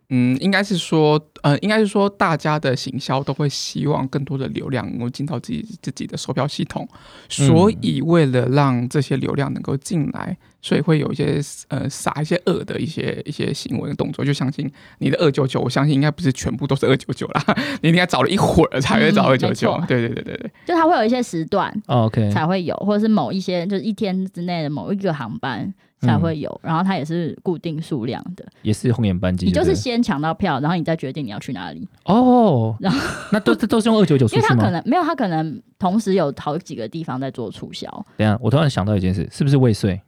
S1: 嗯，应该是说，呃，应该是说，大家的行销都会希望更多的流量能够进到自己自己的售票系统，所以为了让这些流量能够进来，所以会有一些呃撒一些恶的一些一些行为跟动作。就相信你的二九九，我相信应该不是全部都是二九九啦，你应该找了一会儿才会找
S3: 嗯
S1: 二
S3: 没
S1: 九九
S3: 错。
S1: 对对对对对，
S3: 就它会有一些时段，
S2: 哦 OK，
S3: 才会有，或者是某一些就是一天之内的某一个航班才会有，然后它也是固定数量的。
S2: 也是红眼班机，
S3: 你就
S2: 对
S3: 是
S2: 不对
S3: 先抢到票，然后你再决定你要去哪里，
S2: 哦
S3: 然，
S2: 那都都是用二九九出
S3: 因
S2: 去
S3: 为它可
S2: 吗？
S3: 能没有，它可能同时有好几个地方在做促销。
S2: 等一下，我突然想到一件事，是不是未遂？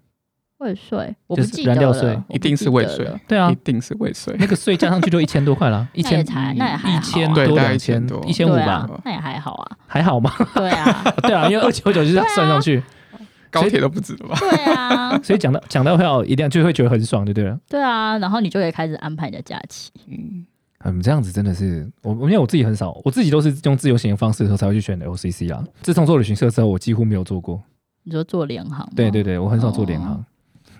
S3: 未税，我
S2: 就是
S3: 不记得
S2: 燃料
S3: 了，
S2: 税
S3: 我不
S1: 一定是
S3: 记得
S1: 未税
S3: 了。
S2: 对啊
S1: 一，定是未遂。
S2: 那个税加上去就一千多块了，一
S3: 那也
S2: 千
S3: 才那也还好
S2: 一
S3: 啊
S2: 千
S1: 对
S2: 多
S1: 大概
S2: 两
S1: 1000
S2: 千
S1: 多
S2: 一千五
S3: 对
S2: 吧，
S3: 啊，那也还好啊。
S2: 还好吧？
S3: 对啊，
S2: [LAUGHS] 对啊，因为二九九就是算上去，
S1: 高铁都不止了吧？
S3: 对啊，
S2: 所以讲到讲到票一定就会觉得很爽，就对了。
S3: 对啊，然后你就可以开始安排你的假期。
S1: 嗯，
S2: 嗯，这样子真的是我，因为我自己很少，我自己都是用自由行的方式的时候才会去选 LCC 啊。自从做旅行社之后，我几乎没有做过。
S3: 你说做联航吗，
S2: 对对对，我很少做联航
S3: 哦。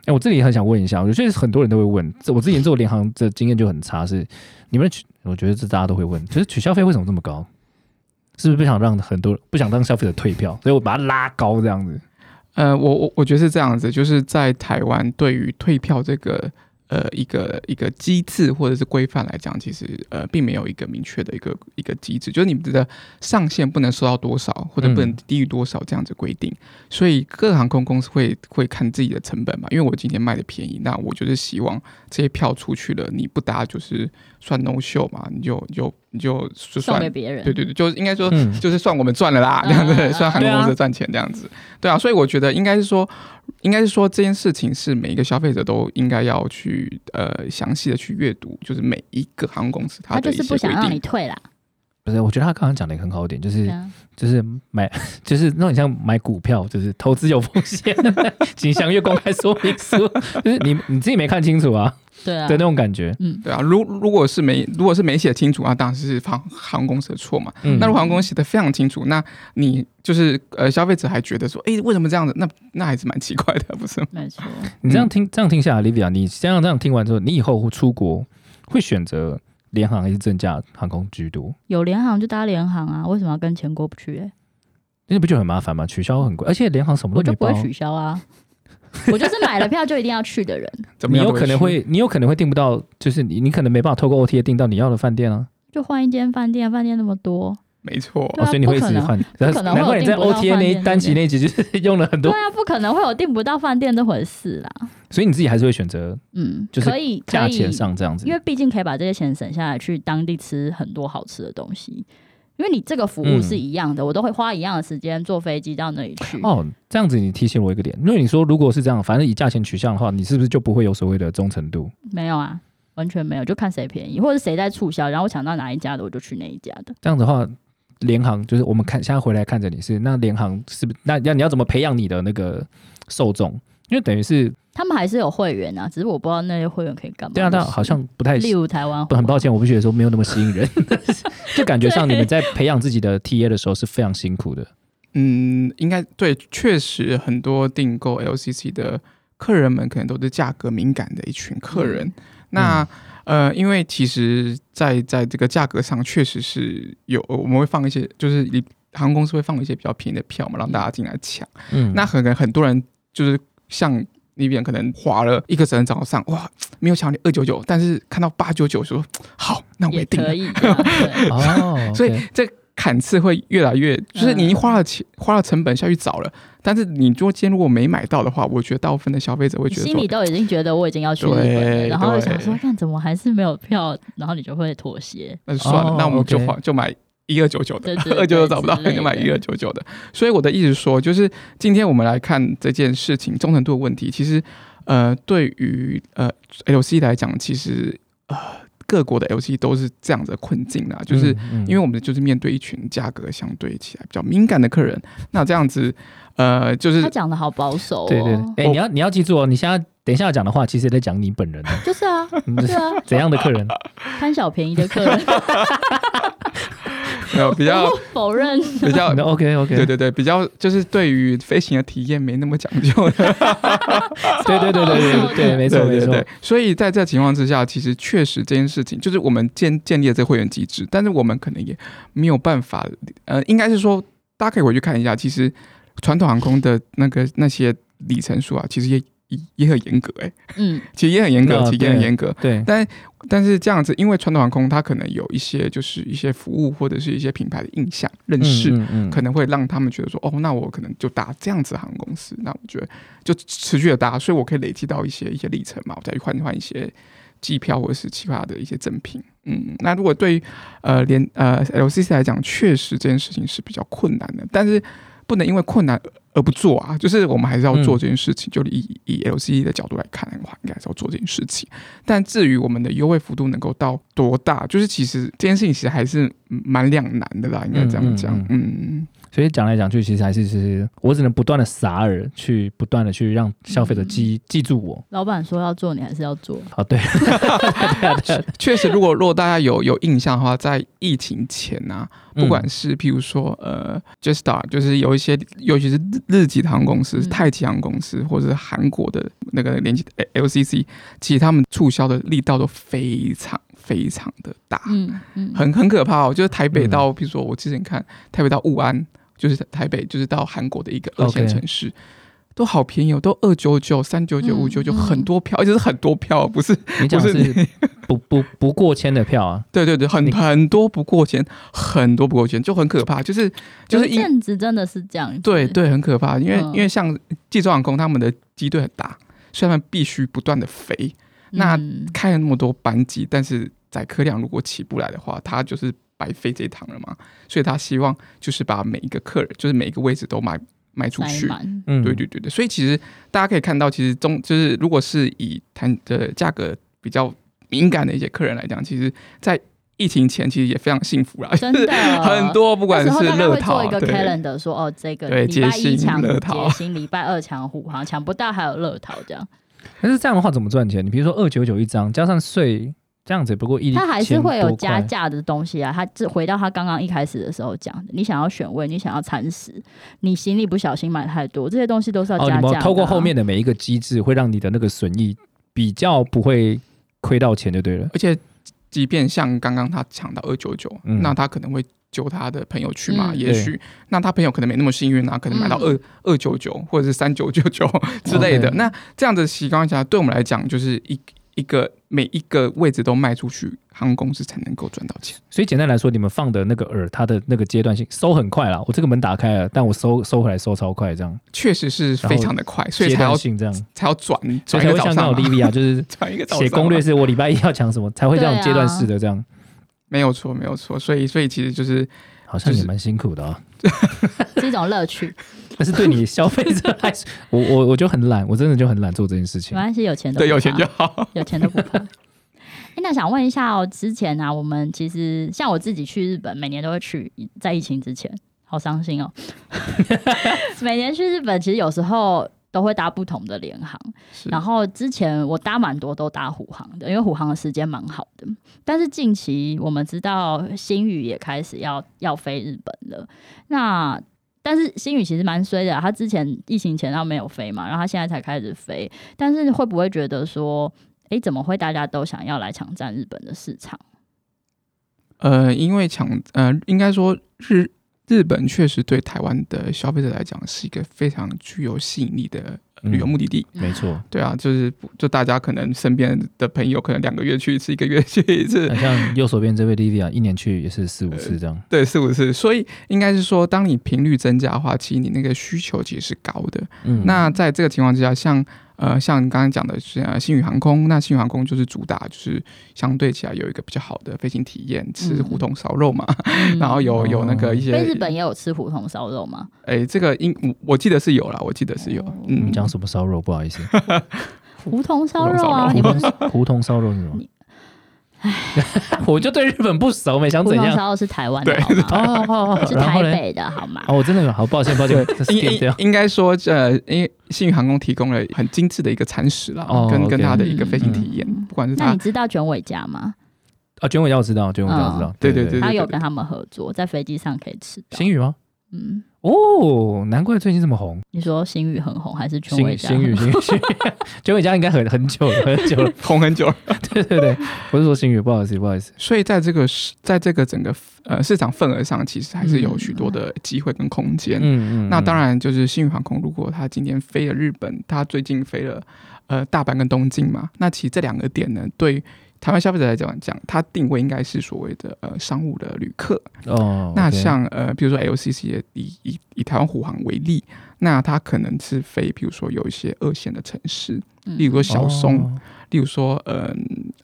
S2: 哎、我这里也很想问一下，我觉得很多人都会问，这我之前做联航的经验就很差，是你们取，我觉得这大家都会问，就是取消费为什么这么高？是不是不想让很多不想让消费者退票，所以我把它拉高这样子？
S1: 呃，我我我觉得是这样子，就是在台湾对于退票这个呃一个一个机制或者是规范来讲，其实呃并没有一个明确的一个一个机制，就是你们的上限不能收到多少，或者不能
S2: 嗯
S1: 低于多少这样子规定。所以各航空公司会会看自己的成本嘛，因为我今天卖的便宜，那我就是希望这些票出去了，你不搭就是算 no show 嘛，你就你就你就就
S3: 送
S1: 算
S3: 给别人。
S1: 对对对，就是应该说
S2: 嗯
S1: 就是算我们赚了啦，
S3: 嗯
S1: 这样子
S3: 嗯嗯
S1: 算航空公司赚钱这样子，对啊，所以我觉得应该是说，应该是说这件事情是每一个消费者都应该要去呃详细的去阅读，就是每一个航空公司它
S3: 他
S1: 的一
S3: 就
S1: 些
S3: 是不
S1: 规
S3: 想让你
S1: 定。
S3: 退啦。
S2: 不是，我觉得他刚刚讲的也很好一点，就是、
S3: 对啊
S2: 就是买 [LAUGHS] 就是那很像买股票，就是投资有风险， [LAUGHS] 请详阅公开说明书，就是你你自己没看清楚啊
S3: 对啊
S2: 的那，种感觉。
S3: 嗯，
S1: 对啊，如如果是没如果是没写清楚啊，当然是航航空公司的错嘛。
S2: 嗯
S1: 那如果航空公司写的非常清楚，那你就是呃消费者还觉得说，诶，为什么这样子？那那还是蛮奇怪的，不是吗？
S3: 没错。
S2: 你
S1: 嗯
S2: 这样听，这样听下来，Livia，你这样这样听完之后，你以后出国会选择联航还是正价航空居多？
S3: 有联航就搭联航啊，为什么要跟钱过不去、欸？
S2: 那不就很麻烦吗？取消很贵，而且联航什么都
S3: 我就
S2: 没
S3: 不
S2: 包
S3: 会，取消啊。我就是买了票就一定要去的人，
S1: 怎么
S2: 你
S1: 样
S2: 有
S1: 都去
S2: 可能会，你有可能会订不到，就是你你可能没办法透过 OTA 订到你要的饭店啊，
S3: 就换一间饭店，饭店那么多，
S1: 没错，
S3: 对
S2: 哦
S3: 啊
S2: 所以你会一
S3: 不可
S2: 直
S3: 能
S2: 换。
S3: 不可能会
S2: 难怪你在
S3: 有订
S2: OTA
S3: 不到
S2: 那
S3: 饭
S2: 一
S3: 店
S2: 单集那一集就是 [LAUGHS] 用了很多，
S3: 对啊，不可能会有订不到饭店这回事啦。
S2: 所以你自己还是会选择
S3: 嗯，
S2: 就是
S3: 可以可
S2: 价
S3: 以
S2: 钱，上这样子
S3: 因。为毕竟可以把这些钱省下来，去当地吃很多好吃的东西。因为你这个服务是一样的，我都会花一样的时间坐飞机到那里去。
S2: 嗯哦，这样子你提醒我一个点，因为你说如果是这样，反正以价钱取向的话，你是不是就不会有所谓的忠诚度？
S3: 没有啊，完全没有，就看谁便宜，或者谁在促销，然后我抢到哪一家的，我就去哪一家的。
S2: 这样子的话，联航就是我们看现在回来看着你是那联航是不是那要你要怎么培养你的那个受众？因为等于是
S3: 他们还是有会员啊，只是我不知道那些会员可以干嘛。
S2: 对啊，但好像不太
S3: 例如台湾
S2: 不很抱歉，我不觉得说没有那么吸引
S3: [LAUGHS]
S2: 人，就感觉上你们在培养自己的 TA 的时候是非常辛苦的。
S1: 嗯，应该对，确实很多订购 LCC 的客人们可能都是价格敏感的一群客人。
S3: 嗯
S1: 那、呃，因为其实在，在这个价格上，确实是有我们会放一些，就是你航空公司会放一些比较便宜的票嘛，让大家进来抢。
S2: 嗯，
S1: 那可能很多人就是像。那边可能花了一个整早上，哇，没有抢你二九九，但是看到八九九说好，那我
S3: 也
S1: 定了 [LAUGHS]
S2: [LAUGHS]
S3: 可。以啊，对
S2: 哦，
S1: 所以
S2: OK
S1: 这砍次会越来越，就是
S3: 嗯
S1: 你已经花了钱、花了成本下去找了，但是你如果今天如果没买到的话，我觉得大部分的消费者会觉得
S3: 心
S1: 说，
S3: 里都已经觉得我已经要去日本了，
S1: 对
S3: 然后想说
S1: 对
S3: 看怎么还是没有票，然后你就会妥协。
S1: 那就算了，
S2: 哦
S1: 那我们就
S2: OK
S1: 花就买一二九九的
S3: 对，对
S1: 二
S3: 对
S1: 九九找不到
S3: 之类
S1: 那
S3: 的
S1: [LAUGHS] 就买一二九九的。所以我的意思说，就是今天我们来看这件事情忠诚度的问题，其实呃，对于呃 LC 来讲，其实呃各国的 LC 都是这样子的困境啦，就是。
S2: 嗯
S1: 因为我们就是面对一群价格相对起来比较敏感的客人，那这样子，呃，就是
S3: 他讲的好保守哦，
S2: 对对，对哎、你要你要记住哦，你现在等一下要讲的话，其实也在讲你本人哦， [LAUGHS]
S3: 就是啊，
S2: 你
S3: [LAUGHS] 对
S2: 是
S3: 啊，
S2: 怎样的客人？
S3: 贪小便宜的客人
S1: 没有 [LAUGHS] 呃比较
S3: 不否认，
S2: [LAUGHS]
S1: 比较，
S2: OK OK，
S1: 对对对，比较就是对于飞行的体验没那么讲
S2: [LAUGHS]
S1: 究的，
S2: 对对对对对对，没错没
S1: 对对
S2: 错
S1: 对，。所以在这情况之下，其实确实这件事情就是我们建建立了这会员机制，但是我们可能也没有办法，呃，应该是说大家可以回去看一下，其实传统航空的那个那些里程数啊，其实也也也很严格哎、
S3: 嗯，
S1: 其实也很严格，
S2: 啊
S1: 其实也很
S2: 对
S1: 严格，
S2: 对，
S1: 但是这样子，因为传统航空它可能有一些就是一些服务或者是一些品牌的印象认识，
S2: 嗯嗯
S1: 可能会让他们觉得说，哦，那我可能就搭这样子航空公司，那我觉得就持续的搭，所以我可以累积到一些一些里程嘛，我再去换换一些机票或者是其他的一些赠品。嗯，那如果对于呃连呃 LCC 来讲，确实这件事情是比较困难的，但是不能因为困难而而不做啊，就是我们还是要做这件事
S2: 嗯
S1: 情。就以以 LCE 的角度来看的话，应该是要做这件事情。但至于我们的优惠幅度能够到多大，就是其实这件事情其实还是嗯蛮两难的啦，应该这样讲。
S2: 嗯
S1: 嗯
S2: 所以讲来讲去，其实还是是我只能不断的撒饵，去不断的去让消费者
S3: 嗯
S2: 记、记住我。
S3: 老板说要做，你还是要做。
S2: 好，对，
S1: 确实，如果如果大家有有印象的话，在疫情前啊， [LAUGHS]
S3: 嗯
S1: 不
S2: 嗯
S1: 管是譬如说呃 Jetstar，就是有一些尤其是日日籍的航空公司、
S3: 嗯
S1: 泰籍航空公司，或者是韩国的那个联机 LCC，其实他们促销的力道都非常非常的大，
S3: 嗯嗯，
S1: 很很可怕哦。就是台北到，比如说我之前看台北到武安，就是台北就是到韩国的一个二线
S2: OK
S1: 城市。都好便宜哦，都二九九、三九九、
S3: 嗯
S1: 五九九，
S3: 嗯
S1: 很多票，而且是很多票，不是？
S2: 你讲的
S1: 不是
S2: 是不不不过千的票啊，
S1: 对对对，很
S2: 你
S1: 很多不过千，很多不过千，就很可怕。就是就是
S3: 有一
S1: 因
S3: 阵子真的是这样子，
S1: 对对，很可怕，因为、
S3: 嗯
S1: 因为像济州航空他们的机队很大，所以他们必须不断的飞，那
S3: 嗯
S1: 开了那么多班机，但是载客量如果起不来的话，他就是白飞这一趟了嘛。所以他希望就是把每一个客人，就是每一个位置都卖卖出
S3: 塞
S1: 去。
S3: 满，
S2: 嗯，
S1: [LAUGHS] 对对对对，所以其实大家可以看到，其实中就是如果是以谈的价格比较敏感的一些客人来讲，其实，在疫情前其实也非常幸福啦，
S3: 真的
S1: [LAUGHS] 很多不
S3: 那
S1: 管
S3: 时
S1: 是
S3: 候大家
S1: 乐
S3: 会做
S1: 桃
S3: 一个
S1: 对
S3: calendar，说哦，这个
S1: 对
S3: 礼拜
S1: 捷星
S3: 一抢
S1: 乐
S3: 捷
S1: 桃
S3: 星，礼拜二抢虎航，抢不到还有乐桃这样，
S2: 但是这样的话怎么赚钱？你比如说二九九一张，加上税，这样子也不过一，
S3: 它还是会有加
S2: 价。
S3: 价的东西啊。它这回到它刚刚一开始的时候讲的，你想要选位，你想要餐食，你行李不小心买太多，这些东西都是要
S2: 哦，
S3: 加
S2: 你
S3: 价的啊、
S2: 们透过后面的每一个机制，会让你的那个损益比较不会亏到钱就对了。
S1: 而且，即便像刚刚他抢到二九九，
S2: 嗯
S1: 那他可能会揪他的朋友去嘛，
S3: 嗯
S1: 也许那他朋友可能没那么幸运啊，可能买到二
S3: 嗯哦
S1: 二九九或者是三九九九之类的。
S2: OK
S1: 那这样的情况下，对我们来讲，就是一一个每一个位置都卖出去，航空公司才能够赚到钱。
S2: 所以简单来说，你们放的那个饵，它的那个阶段性收很快啦。我这个门打开了，但我收收回来收超快，这样
S1: 确实是非常的快，所以
S2: 阶
S1: 才
S2: 段
S1: 要
S2: 性这样，
S1: 才要转
S2: 所
S1: 转一
S2: 以才
S1: 个
S2: 会
S1: 早
S2: 像
S1: 上
S2: 刚好
S1: 嘛，
S2: Livia 就是
S1: [LAUGHS] 转一个早上啊
S2: 写攻
S1: 嘛
S2: 略，是我礼拜一要讲什么，才会这
S3: 对
S2: 样
S3: 啊
S2: 阶段式的这样，
S1: 没有错，没有错。所以，所以其实就是
S2: 好像也
S1: 就是
S2: 蛮辛苦的啊。
S3: [LAUGHS] 是一种乐趣，
S2: 但是对你消费者来说，我我我就很懒，我真的就很懒做这件事情
S3: 没。关系，有钱的
S1: 对有钱就好。
S3: 有钱都不 [LAUGHS] 怕。哎，那想问一下哦，之前啊，我们其实像我自己去日本，每年都会去，在疫情之前，好伤心哦。 [LAUGHS] 每年去日本，其实有时候都会搭不同的联航，
S1: 是
S3: 然后之前我搭蛮多都搭虎航的，因为虎航的时间蛮好的。但是近期我们知道新宇也开始要要飞日本了，那。但是新宇其实蛮衰的啊、他之前疫情前他没有飞嘛，然后他现在才开始飞。但是会不会觉得说，诶，怎么会大家都想要来抢占日本的市场？
S1: 呃，因为抢呃，应该说日日本确实对台湾的消费者来讲是一个非常具有吸引力的呃旅游目的地。
S2: 嗯没错，
S1: 对啊，就是不就大家可能身边的朋友，可能两个月去一次，一个月去一次，
S2: 很像右手边这位 Livia，一年去也是四
S1: 呃
S2: 五次这样。
S1: 对，四五次。所以应该是说，当你频率增加的话，其实你那个需求其实是高的。
S2: 嗯，
S1: 那在这个情况之下，像呃，像你刚刚讲的是呃，星宇航空，那星宇航空就是主打就是相对起来有一个比较好的飞行体验，吃
S3: 嗯
S1: 胡同烧肉嘛，[LAUGHS]
S3: 嗯
S1: 然后有有那个一些，
S3: 被日本也有吃胡同烧肉吗？
S1: 哎，这个应我我记得是有啦，我记得是有
S3: 哦，
S2: 你
S1: 嗯
S2: 们，讲什么烧肉？不好意思，
S3: 胡同烧肉
S1: 胡同烧
S3: [LAUGHS] 啊，
S1: 肉
S3: 你
S2: 胡 [LAUGHS]
S3: 不
S2: 同胡同烧肉是什么
S3: 你？
S2: [LAUGHS] 我就对日本不熟，没想
S3: 胡
S2: 怎
S3: 同
S2: 样。
S3: 烧肉是台湾的好
S2: 哦
S3: 吗？
S2: 哦哦哦，
S3: 是
S2: 然
S3: 台
S2: 后呢？
S3: 北的好吗？
S2: 哦，我真的有好抱歉抱歉，这是
S1: 应
S2: 点
S1: 应
S2: 掉。
S1: 应该说，呃，因为信宇航空提供了很精致的一个餐食啦，
S2: 哦
S1: 跟
S2: OK
S1: 跟它的一个飞行体验，
S3: 嗯
S1: 不管是
S3: 那
S1: 它
S3: 你知道卷尾家吗？
S2: 啊，卷尾要知道，卷尾要知道
S3: 嗯，
S1: 对对对
S3: 他有跟他们合作，在飞机上可以吃到。
S2: 星宇吗？
S3: 嗯，
S2: 哦，难怪最近这么红。
S3: 你说星宇很红还是卷
S2: 星
S3: 尾
S2: 宇
S3: 家？
S2: 星宇星宇，
S3: [LAUGHS]
S2: 星宇卷尾家应该很很久了，很久了。
S1: 红很久了。
S2: 对对对，我是说星宇，不好意思不好意思。
S1: 所以在这个市，在这个整个呃市场份额上，其实还是有许多的机会跟空间。
S2: 嗯嗯，
S1: 那当
S2: 然，
S1: 然，就是新宇航空，如果它今天飞了日本，它最近飞了呃大阪跟东京嘛，那其实这两个点呢，对台湾消费者来讲讲，它定位应该是所谓的呃商务的旅客。
S2: 哦，
S1: 那
S2: OK
S1: 像呃，比如说 LCC 也以以以台湾虎航为例，那它可能是飞，比如说有一些二线的城市，
S3: 嗯
S1: 例如说小松，
S2: 哦
S1: 例如说呃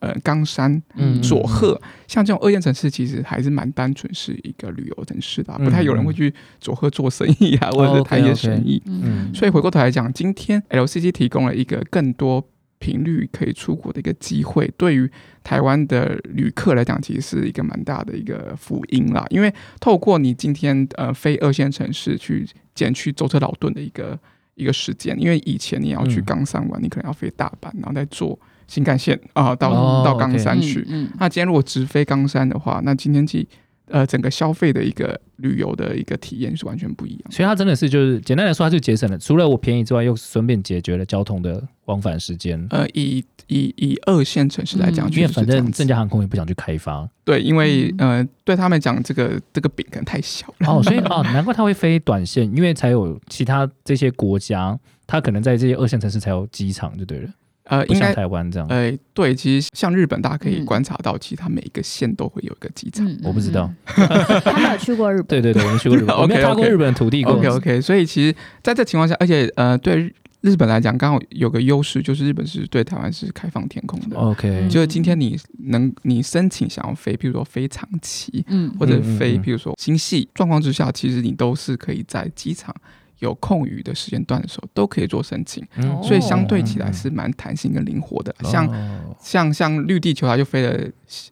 S1: 呃冈山、
S2: 嗯
S1: 佐贺，像这种二线城市其实还是蛮单纯是一个旅游城市的啊、
S2: 嗯哦
S1: 不太有人会去佐贺做生意啊，或者是谈一些
S2: OK，OK
S1: 生意。
S2: 嗯
S1: 所以回过头来讲，今天 LCC 提供了一个更多频率可以出国的一个机会，对于台湾的旅客来讲，其实是一个蛮大的一个福音啦。因为透过你今天呃非二线城市去减去舟车劳顿的一个一个时间，因为以前你要去
S2: 嗯
S1: 冈山玩，你可能要飞大阪，然后再坐新干线啊、到、
S2: 哦
S1: 到
S2: OK
S1: 冈山去。
S3: 嗯
S1: 那今天如果直飞冈山的话，那今天起呃整个消费的一个旅游的一个体验是完全不一样的。
S2: 嗯所以它真的是就是简单来说，它就节省了除了我便宜之外，又顺便解决了交通的往返时间。
S1: 呃，以以以二线城市来讲，
S3: 嗯
S1: 确
S2: 因为
S1: 实是
S2: 反
S1: 这
S2: 正
S1: 样
S2: 正
S1: 子。
S2: 佳航空也不想去开发
S1: 对，因为呃，对他们讲这个这个饼可能太小 [LAUGHS] 了。
S2: 哦，所以哦，难怪它会飞短线，因为才有其他这些国家，它可能在这些二线城市才有机场就对了，
S1: 呃，
S2: 不
S1: 应
S2: 像
S1: 该
S2: 台湾这样。
S1: 呃，对，其实像日本，大家可以
S3: 嗯
S1: 观察到，其实它每一个县都会有一个机场。
S3: 嗯
S2: 我不知道，
S3: 嗯他没有去过日本。
S2: 对对对，我们去过日
S1: [LAUGHS]
S2: 本，
S1: OK，
S2: 我没有踏过
S1: OK
S2: 日本的土地过。
S1: OK OK，所以其实在这情况下，而且呃，对日日本来讲，刚好有个优势就是日本是对台湾是开放天空的，
S2: OK，
S1: 就是今天你能你申请想要飞，比如说飞长崎，
S3: 嗯
S1: 或者
S2: 嗯嗯
S1: 飞，
S2: 嗯
S1: 比如说星系状况之下，其实你都是可以在机场有空余的时间段的时候都可以做申请，
S2: 嗯
S1: 所以相对起来是蛮弹性跟灵活的。像
S2: 哦
S1: 像像绿地球，它就飞了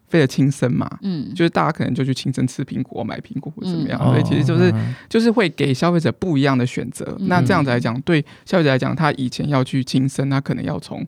S1: 飞了青森嘛，
S3: 嗯，
S1: 就是大家可能就去青森吃苹果、买苹果或怎么样，
S3: 嗯
S1: 所以其实就是
S2: 哦
S1: 就是会给消费者不一样的选择。
S3: 嗯
S1: 那这样子来讲，对消费者来讲，他以前要去青森，他可能要从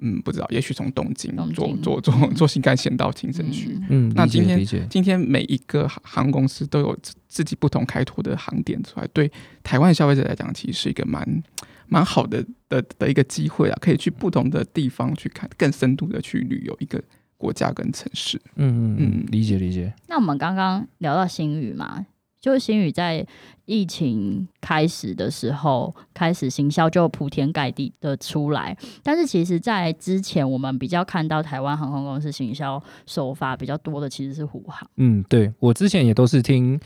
S1: 嗯不知道，也许从东京
S3: 东
S1: 坐
S3: 京
S1: 坐坐坐新干线到青森去。
S3: 嗯
S2: 嗯，
S1: 那
S2: 理解
S1: 今天
S2: 理解
S1: 今天每一个航航空公司都有自自己不同开拓的航点出来，对台湾消费者来讲，其实是一个蛮蛮好的的的一个机会啊，可以去不同的地方去看，更深度的去旅游一个国家跟城市。
S2: 嗯嗯嗯
S1: 嗯，
S2: 理解理解。
S3: 那我们刚刚聊到星宇嘛，就是星宇在疫情开始的时候，开始行销就铺天盖地的出来。但是其实，在之前我们比较看到台湾航空公司行销手法比较多的，其实是虎航。
S2: 嗯，对我之前也都是听，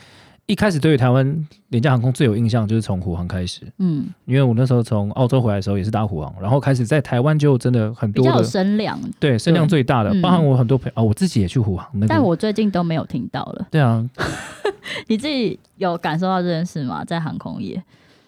S2: 一开始对于台湾廉价航空最有印象就是从虎航开始，
S3: 嗯，
S2: 因为我那时候从澳洲回来的时候也是搭虎航，然后开始在台湾就真的很
S3: 比
S2: 多
S3: 较有
S2: 的，
S3: 声量，
S2: 对声量最大的，
S3: 嗯
S2: 包含我很多朋友啊、我自己也去虎航那
S1: 嗯
S2: 个，
S3: 但我最近都没有听到了。 [LAUGHS]
S2: 对啊，
S3: 你自己有感受到这件事吗？在航空业，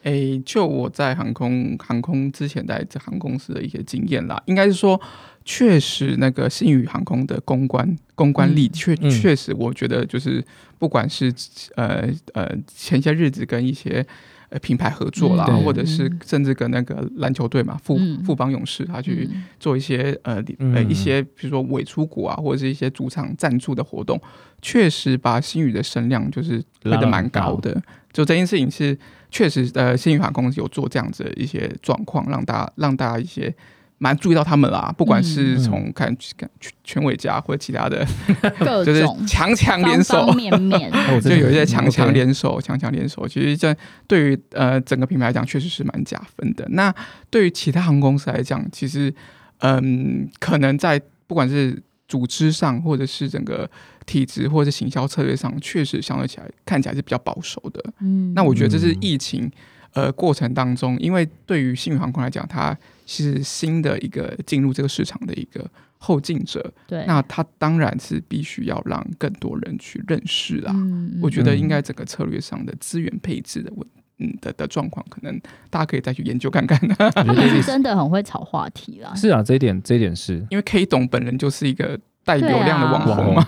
S1: 诶、就我在航空航空之前在这航空公司的一些经验啦，应该是说，确实那个新宇航空的公关公关力
S3: 嗯
S1: 确
S2: 嗯
S1: 确实，我觉得就是不管是呃呃前些日子跟一些呃品牌合作啦，
S2: 嗯对
S1: 或者是
S3: 嗯
S1: 甚至跟那个篮球队嘛，富
S3: 嗯
S1: 富邦勇士他去
S3: 嗯
S1: 做一些呃呃
S2: 嗯
S1: 一些比如说伪出国啊，或者是一些主场赞助的活动，确实把新宇的声量就是推
S2: 拉
S1: 的
S2: 得
S1: 蛮
S2: 很高
S1: 高的。就这件事情是确实呃，新宇航空有做这样子的一些状况，让大家让大家一些。蛮注意到他们啦，不管
S2: 嗯
S1: 是
S2: 嗯
S1: 从看看全全伟家或者其他的，
S3: 嗯
S1: [LAUGHS]
S3: 各
S1: 就是
S3: 种
S1: 强强联
S3: 方
S1: 手
S3: 方，面面。
S2: 哦
S1: 就
S2: 真的
S1: 有一些
S2: 嗯
S1: 强
S2: ，OK
S1: 强联手，强强联手，其实这对于呃整个品牌来讲，确实是蛮加分的。那对于其他航空公司来讲，其实嗯，可能在不管是组织上，或者是整个体制，或者是行销策略上，确实相对起来看起来是比较保守的。
S3: [LAUGHS] 嗯
S1: 那 [LAUGHS] 我觉得这是
S2: 嗯
S1: 疫情呃过程当中，因为对于新宇航空来讲，它是新的一个进入这个市场的一个后进者，
S3: 对，嗯
S1: 那它当然是必须要让更多人去认识啦。
S3: 嗯
S1: 我觉得
S2: 嗯
S1: 应该整个策略上的资源配置的问，嗯的的状况，可能大家可以再去研究看看。 [LAUGHS]
S3: 他们是真的很会炒话题啦。
S2: 是啊，这一点这一点是
S1: 因为 K 董本人就是一个带流
S3: 对
S1: 量的
S3: 啊
S1: 网
S2: 网
S1: 红
S2: 红
S1: 嘛，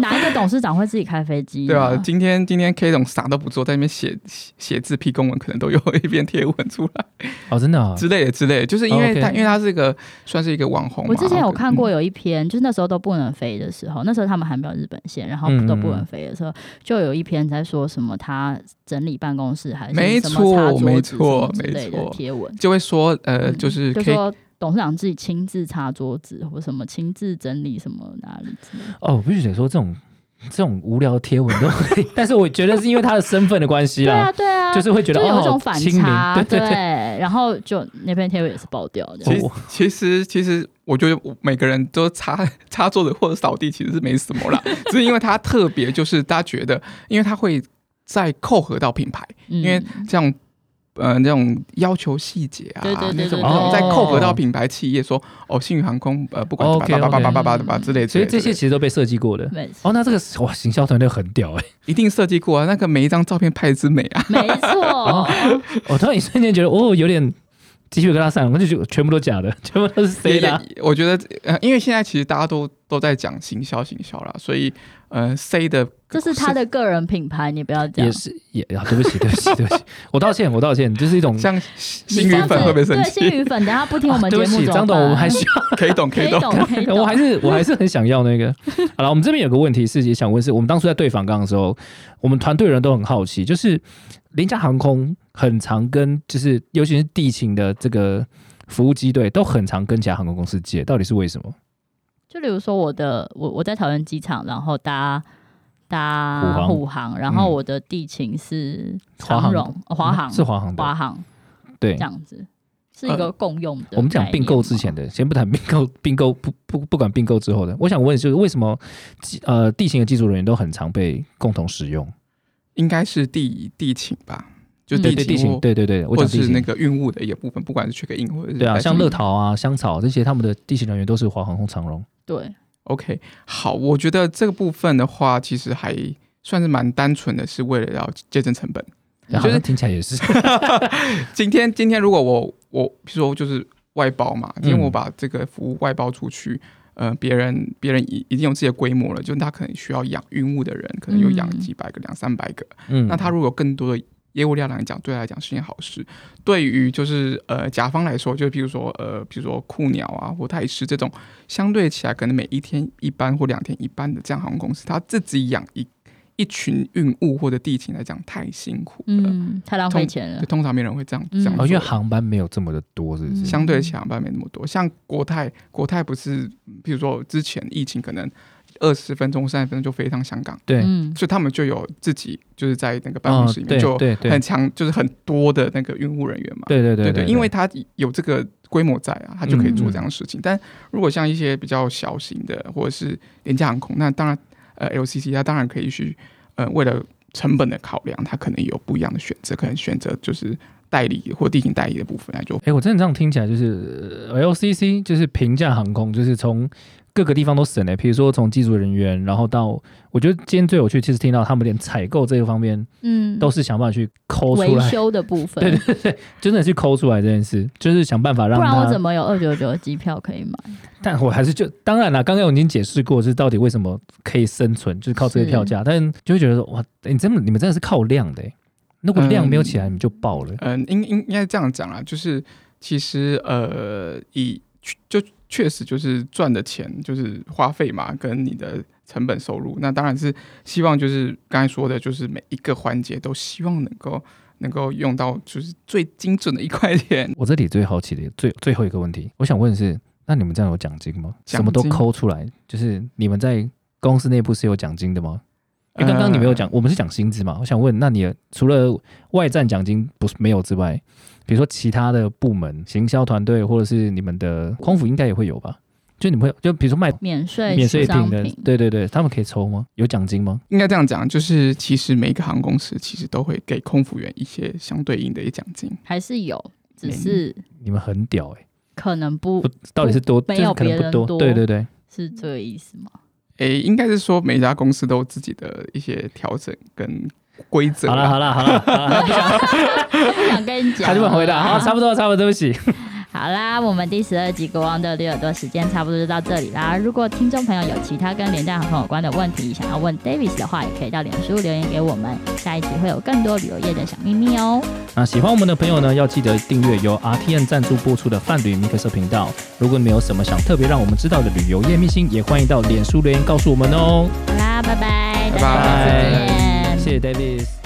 S3: 哪一个董事长会自己开飞机？
S1: 对啊吧、今天今天 K 董啥都不做，在那边写写写字批公文，可能都有一篇贴文出来
S2: 哦，真的啊，
S1: [LAUGHS] 之类的之类的，就是因
S2: 哦
S1: 为
S2: ，OK
S1: 他、因为他是一个算是一个网红嘛。
S3: 我之前有
S1: 然后可
S3: 看过有一篇，就是那时候都不能飞的时候，那时候他们还没有日本线，然后
S2: 嗯
S3: 都不能飞的时候，
S1: 嗯
S3: 就有一篇在说什么他整理办公室还是
S1: 没
S3: 什么
S1: 错
S3: 擦桌
S1: 没
S3: 子
S1: 错
S3: 什么之
S1: 没
S3: 类的
S1: 错
S3: 贴文，
S1: 就会说呃，
S3: 嗯
S1: 就是
S3: 就
S1: K
S3: 说董事长自己亲自擦桌子或什么亲自整理什么哪里之类的，
S2: 哦，我必须得说这种这种无聊的贴文都会， [LAUGHS] 但是我觉得是因为他的身份的关系
S3: 对
S2: 啦
S3: 啊，对啊，
S2: 就是会觉得
S3: 就有一
S2: 哦，
S3: 种反
S2: 亲民
S3: 差，
S2: 对对对。
S3: 然后就那篇贴文也是爆掉的
S1: 其。实
S2: 我
S1: 其实其实，我觉得每个人都擦擦桌子或者扫地其实是没什么啦，只是因为它特别，就是大家觉得，因为它会再扣合到品牌，
S3: 因
S1: 因为
S3: 嗯
S1: 这样。呃，那种要求细节啊，
S3: 对对对
S1: 那种
S3: 对
S1: 那种再
S2: 对
S1: 扣合到
S2: 哦
S1: 品牌企业说，哦，星宇航空，呃，不管叭
S2: OK，OK
S1: 叭叭叭叭叭叭叭之类，
S2: 所以这
S1: 之
S2: 些
S1: 类
S2: 其实都被设计过的。
S3: 没
S2: 哦，那这个哇，行销团队很屌哎、 [LAUGHS]
S1: 一定设计过啊，那个每一张照片拍之美啊，
S3: 没
S2: [LAUGHS] 哦
S3: 错，
S2: 我突然一瞬间觉得，哦，有点继续跟他上，我就觉得全部都假的， [LAUGHS] 全部都是
S1: 也
S2: 谁的啊、
S1: 也我觉得，呃，因为现在其实大家都都在讲行销行销啦，所以，呃，C 的
S3: 这是他的个人品牌，你不要这样
S2: 也。是也啊，对不起，对不起，对不起，我道歉，我道歉，就是一种
S1: 像
S3: 嗯你
S1: 星宇
S3: 上次
S1: 粉会不会生
S3: 对，
S1: 气 [LAUGHS]
S3: 星宇粉，等下不听我
S2: [LAUGHS]
S3: 们
S2: 啊
S3: 节
S2: 对
S3: 目
S2: 不
S3: 怎
S2: 起，
S3: 么办？
S2: 张董，我们还需
S1: ？K 懂 K 懂，
S3: 懂，可以
S2: 要，
S3: 懂，
S2: 我还是我还是很想要那
S3: [LAUGHS]
S2: 个。好了，我们这边有个问题是也想问是，我们当初在对访港的时候，我们团队人都很好奇，就是廉价航空很常跟就是尤其是地勤的这个服务机队都很常跟其他航空公司借，到底是为什么？
S3: 就例如说我的，我我在桃园机场，然后搭
S2: 虎
S3: 搭
S2: 航
S3: 虎航，然后
S2: 嗯
S3: 我的地勤是
S2: 华
S3: 长
S2: 航
S3: 荣、哦华航、
S2: 嗯是华航
S3: 华
S2: 的，
S3: 航
S2: 对呃
S3: 这。样子，是一个共用的。
S2: 我们讲并购之前，的，先不谈并购，并购不不不管并购之后的，我想问就是为什么机呃地勤的技术人员都很常被共同使用？
S1: 应该是地地勤吧，就
S3: 嗯
S2: 对
S1: 地
S2: 对，地
S1: 勤
S2: 勤，
S1: 或
S2: 对对对，我
S1: 或
S2: 讲
S1: 者
S2: 地
S1: 是
S2: 勤
S1: 那个运务的一个部分，不管是 check in 或者是
S2: 对啊，
S1: 在
S2: 像
S1: 什么
S2: 乐桃啊、香草这些，他们的地勤人员都是华航空长荣。
S3: 对，
S1: OK，好，我觉得这个部分的话，其实还算是蛮单纯的，是为了要节省成本。嗯
S2: 然
S1: 就是
S2: 后听起来
S1: [LAUGHS]
S2: 也是
S1: 今天今天如果我我比如说就是外包嘛，今天
S2: 嗯
S1: 我把这个服务外包出去。呃，别人别人已已经有自己的规模了，就他可能需要养运务的人，可能有养
S3: 嗯
S1: 几百个、两三百个，
S2: 嗯，
S1: 那他如果有更多的业务量来讲，对他来讲是件好事。对于就是呃甲方来说，就比如说呃，比如说酷鸟啊或泰狮这种，相对起来可能每一天一班或两天一班的这样航空公司，他自己养一一群运务或者地勤来讲太辛苦了。
S3: 嗯，太浪费钱了
S1: 就。通常没人会这样
S3: 嗯
S1: 这样做
S2: 哦，因为航班没有这么的多，是不是？
S1: 相对起来航班没那么多，像国泰，国泰不是，比如说之前疫情可能二十分钟、三十分钟就飞一趟香港，
S2: 对，
S3: 嗯，
S1: 所以他们就有自己就是在那个办
S2: 哦
S1: 公室里面
S2: 对
S1: 就有
S2: 对对
S1: 很强，就是很多的那个运务人员嘛。
S2: 对对
S1: 对
S2: 对，
S1: 因为他有这个规模在啊，他就可以做这样的事情。但如果像一些比较小型的或者是廉价航空，那当然呃 LCC 它当然可以去呃为了成本的考量，它可能有不一样的选择，可能选择就是代理或地勤代理的部分来做。
S2: 哎，我真的这样听起来就是呃 LCC 就是平价航空，就是从各个地方都省了，比如说从技术人员，然后到我觉得今天最有趣，其实听到他们连采购这个方面
S3: 嗯，
S2: 都是想办法去抠出
S3: 维
S2: 来，
S3: 修的部分。
S2: 对对对， [LAUGHS] 真的去抠出来这件事，就是想办法让
S3: 不然我
S2: 他
S3: 怎么有二九九的机票可以买？
S2: 但我还是就当然啦，刚刚我已经解释过，就是到底为什么可以生存，就是靠这个票价，但就会觉得说哇，欸你真的你们真的是靠量的、欸，如果量没有起来，你们就爆了。
S1: 嗯、应应应该这样讲啦，就是其实呃以就确实就是赚的钱就是花费嘛，跟你的成本收入，那当然是希望就是刚才说的，就是每一个环节都希望能够能够用到就是最精准的一块钱。
S2: 我这里最好奇的最最后一个问题，我想问的是，那你们这样有奖金吗？
S1: 奖金
S2: 什么都抠出来，就是你们在公司内部是有奖金的吗？因为刚刚你没
S1: 呃
S2: 有讲，我们是讲薪资嘛。我想问，那你除了外战奖金不是没有之外，比如说其他的部门、行销团队，或者是你们的空服，应该也会有吧？就你们会就比如说卖
S3: 免税
S2: 免税
S3: 商
S2: 品的
S3: 品，
S2: 对对对，他们可以抽吗？有奖金吗？
S1: 应该这样讲，就是其实每一个航空公司其实都会给空服员一些相对应的一些奖金。
S3: 还是有，只
S1: 嗯
S3: 是
S2: 你们很屌哎、
S3: 可能不
S2: 不到底是多，
S3: 没
S2: 就是
S3: 有
S2: 可能
S3: 别
S2: 不
S3: 人多
S2: 对对对，
S3: 是这个意思吗？
S1: 诶、应该是说每一家公司都有自己的一些调整跟规则
S2: 好
S1: 啦。
S2: 了好了好了，
S3: 不想跟你讲，啊
S2: 他就不回答，
S3: [LAUGHS]
S2: 好，差不多差不多，对不起。 [LAUGHS]
S3: 好啦，我们第十二集《国王的驴耳朵》时间差不多就到这里啦。如果听众朋友有其他跟廉价航空有关的问题，想要问 Davis 的话，也可以到脸书留言给我们。下一集会有更多旅游业的小秘密哦。
S2: 那喜欢我们的朋友呢，要记得订阅由 RTN 赞助播出的泛旅米克社频道。如果你们有什么想特别让我们知道的旅游业秘辛，也欢迎到脸书留言告诉我们哦。
S3: 好啦，拜拜，
S1: 拜拜
S3: 大家下次见。
S2: 谢谢 Davis。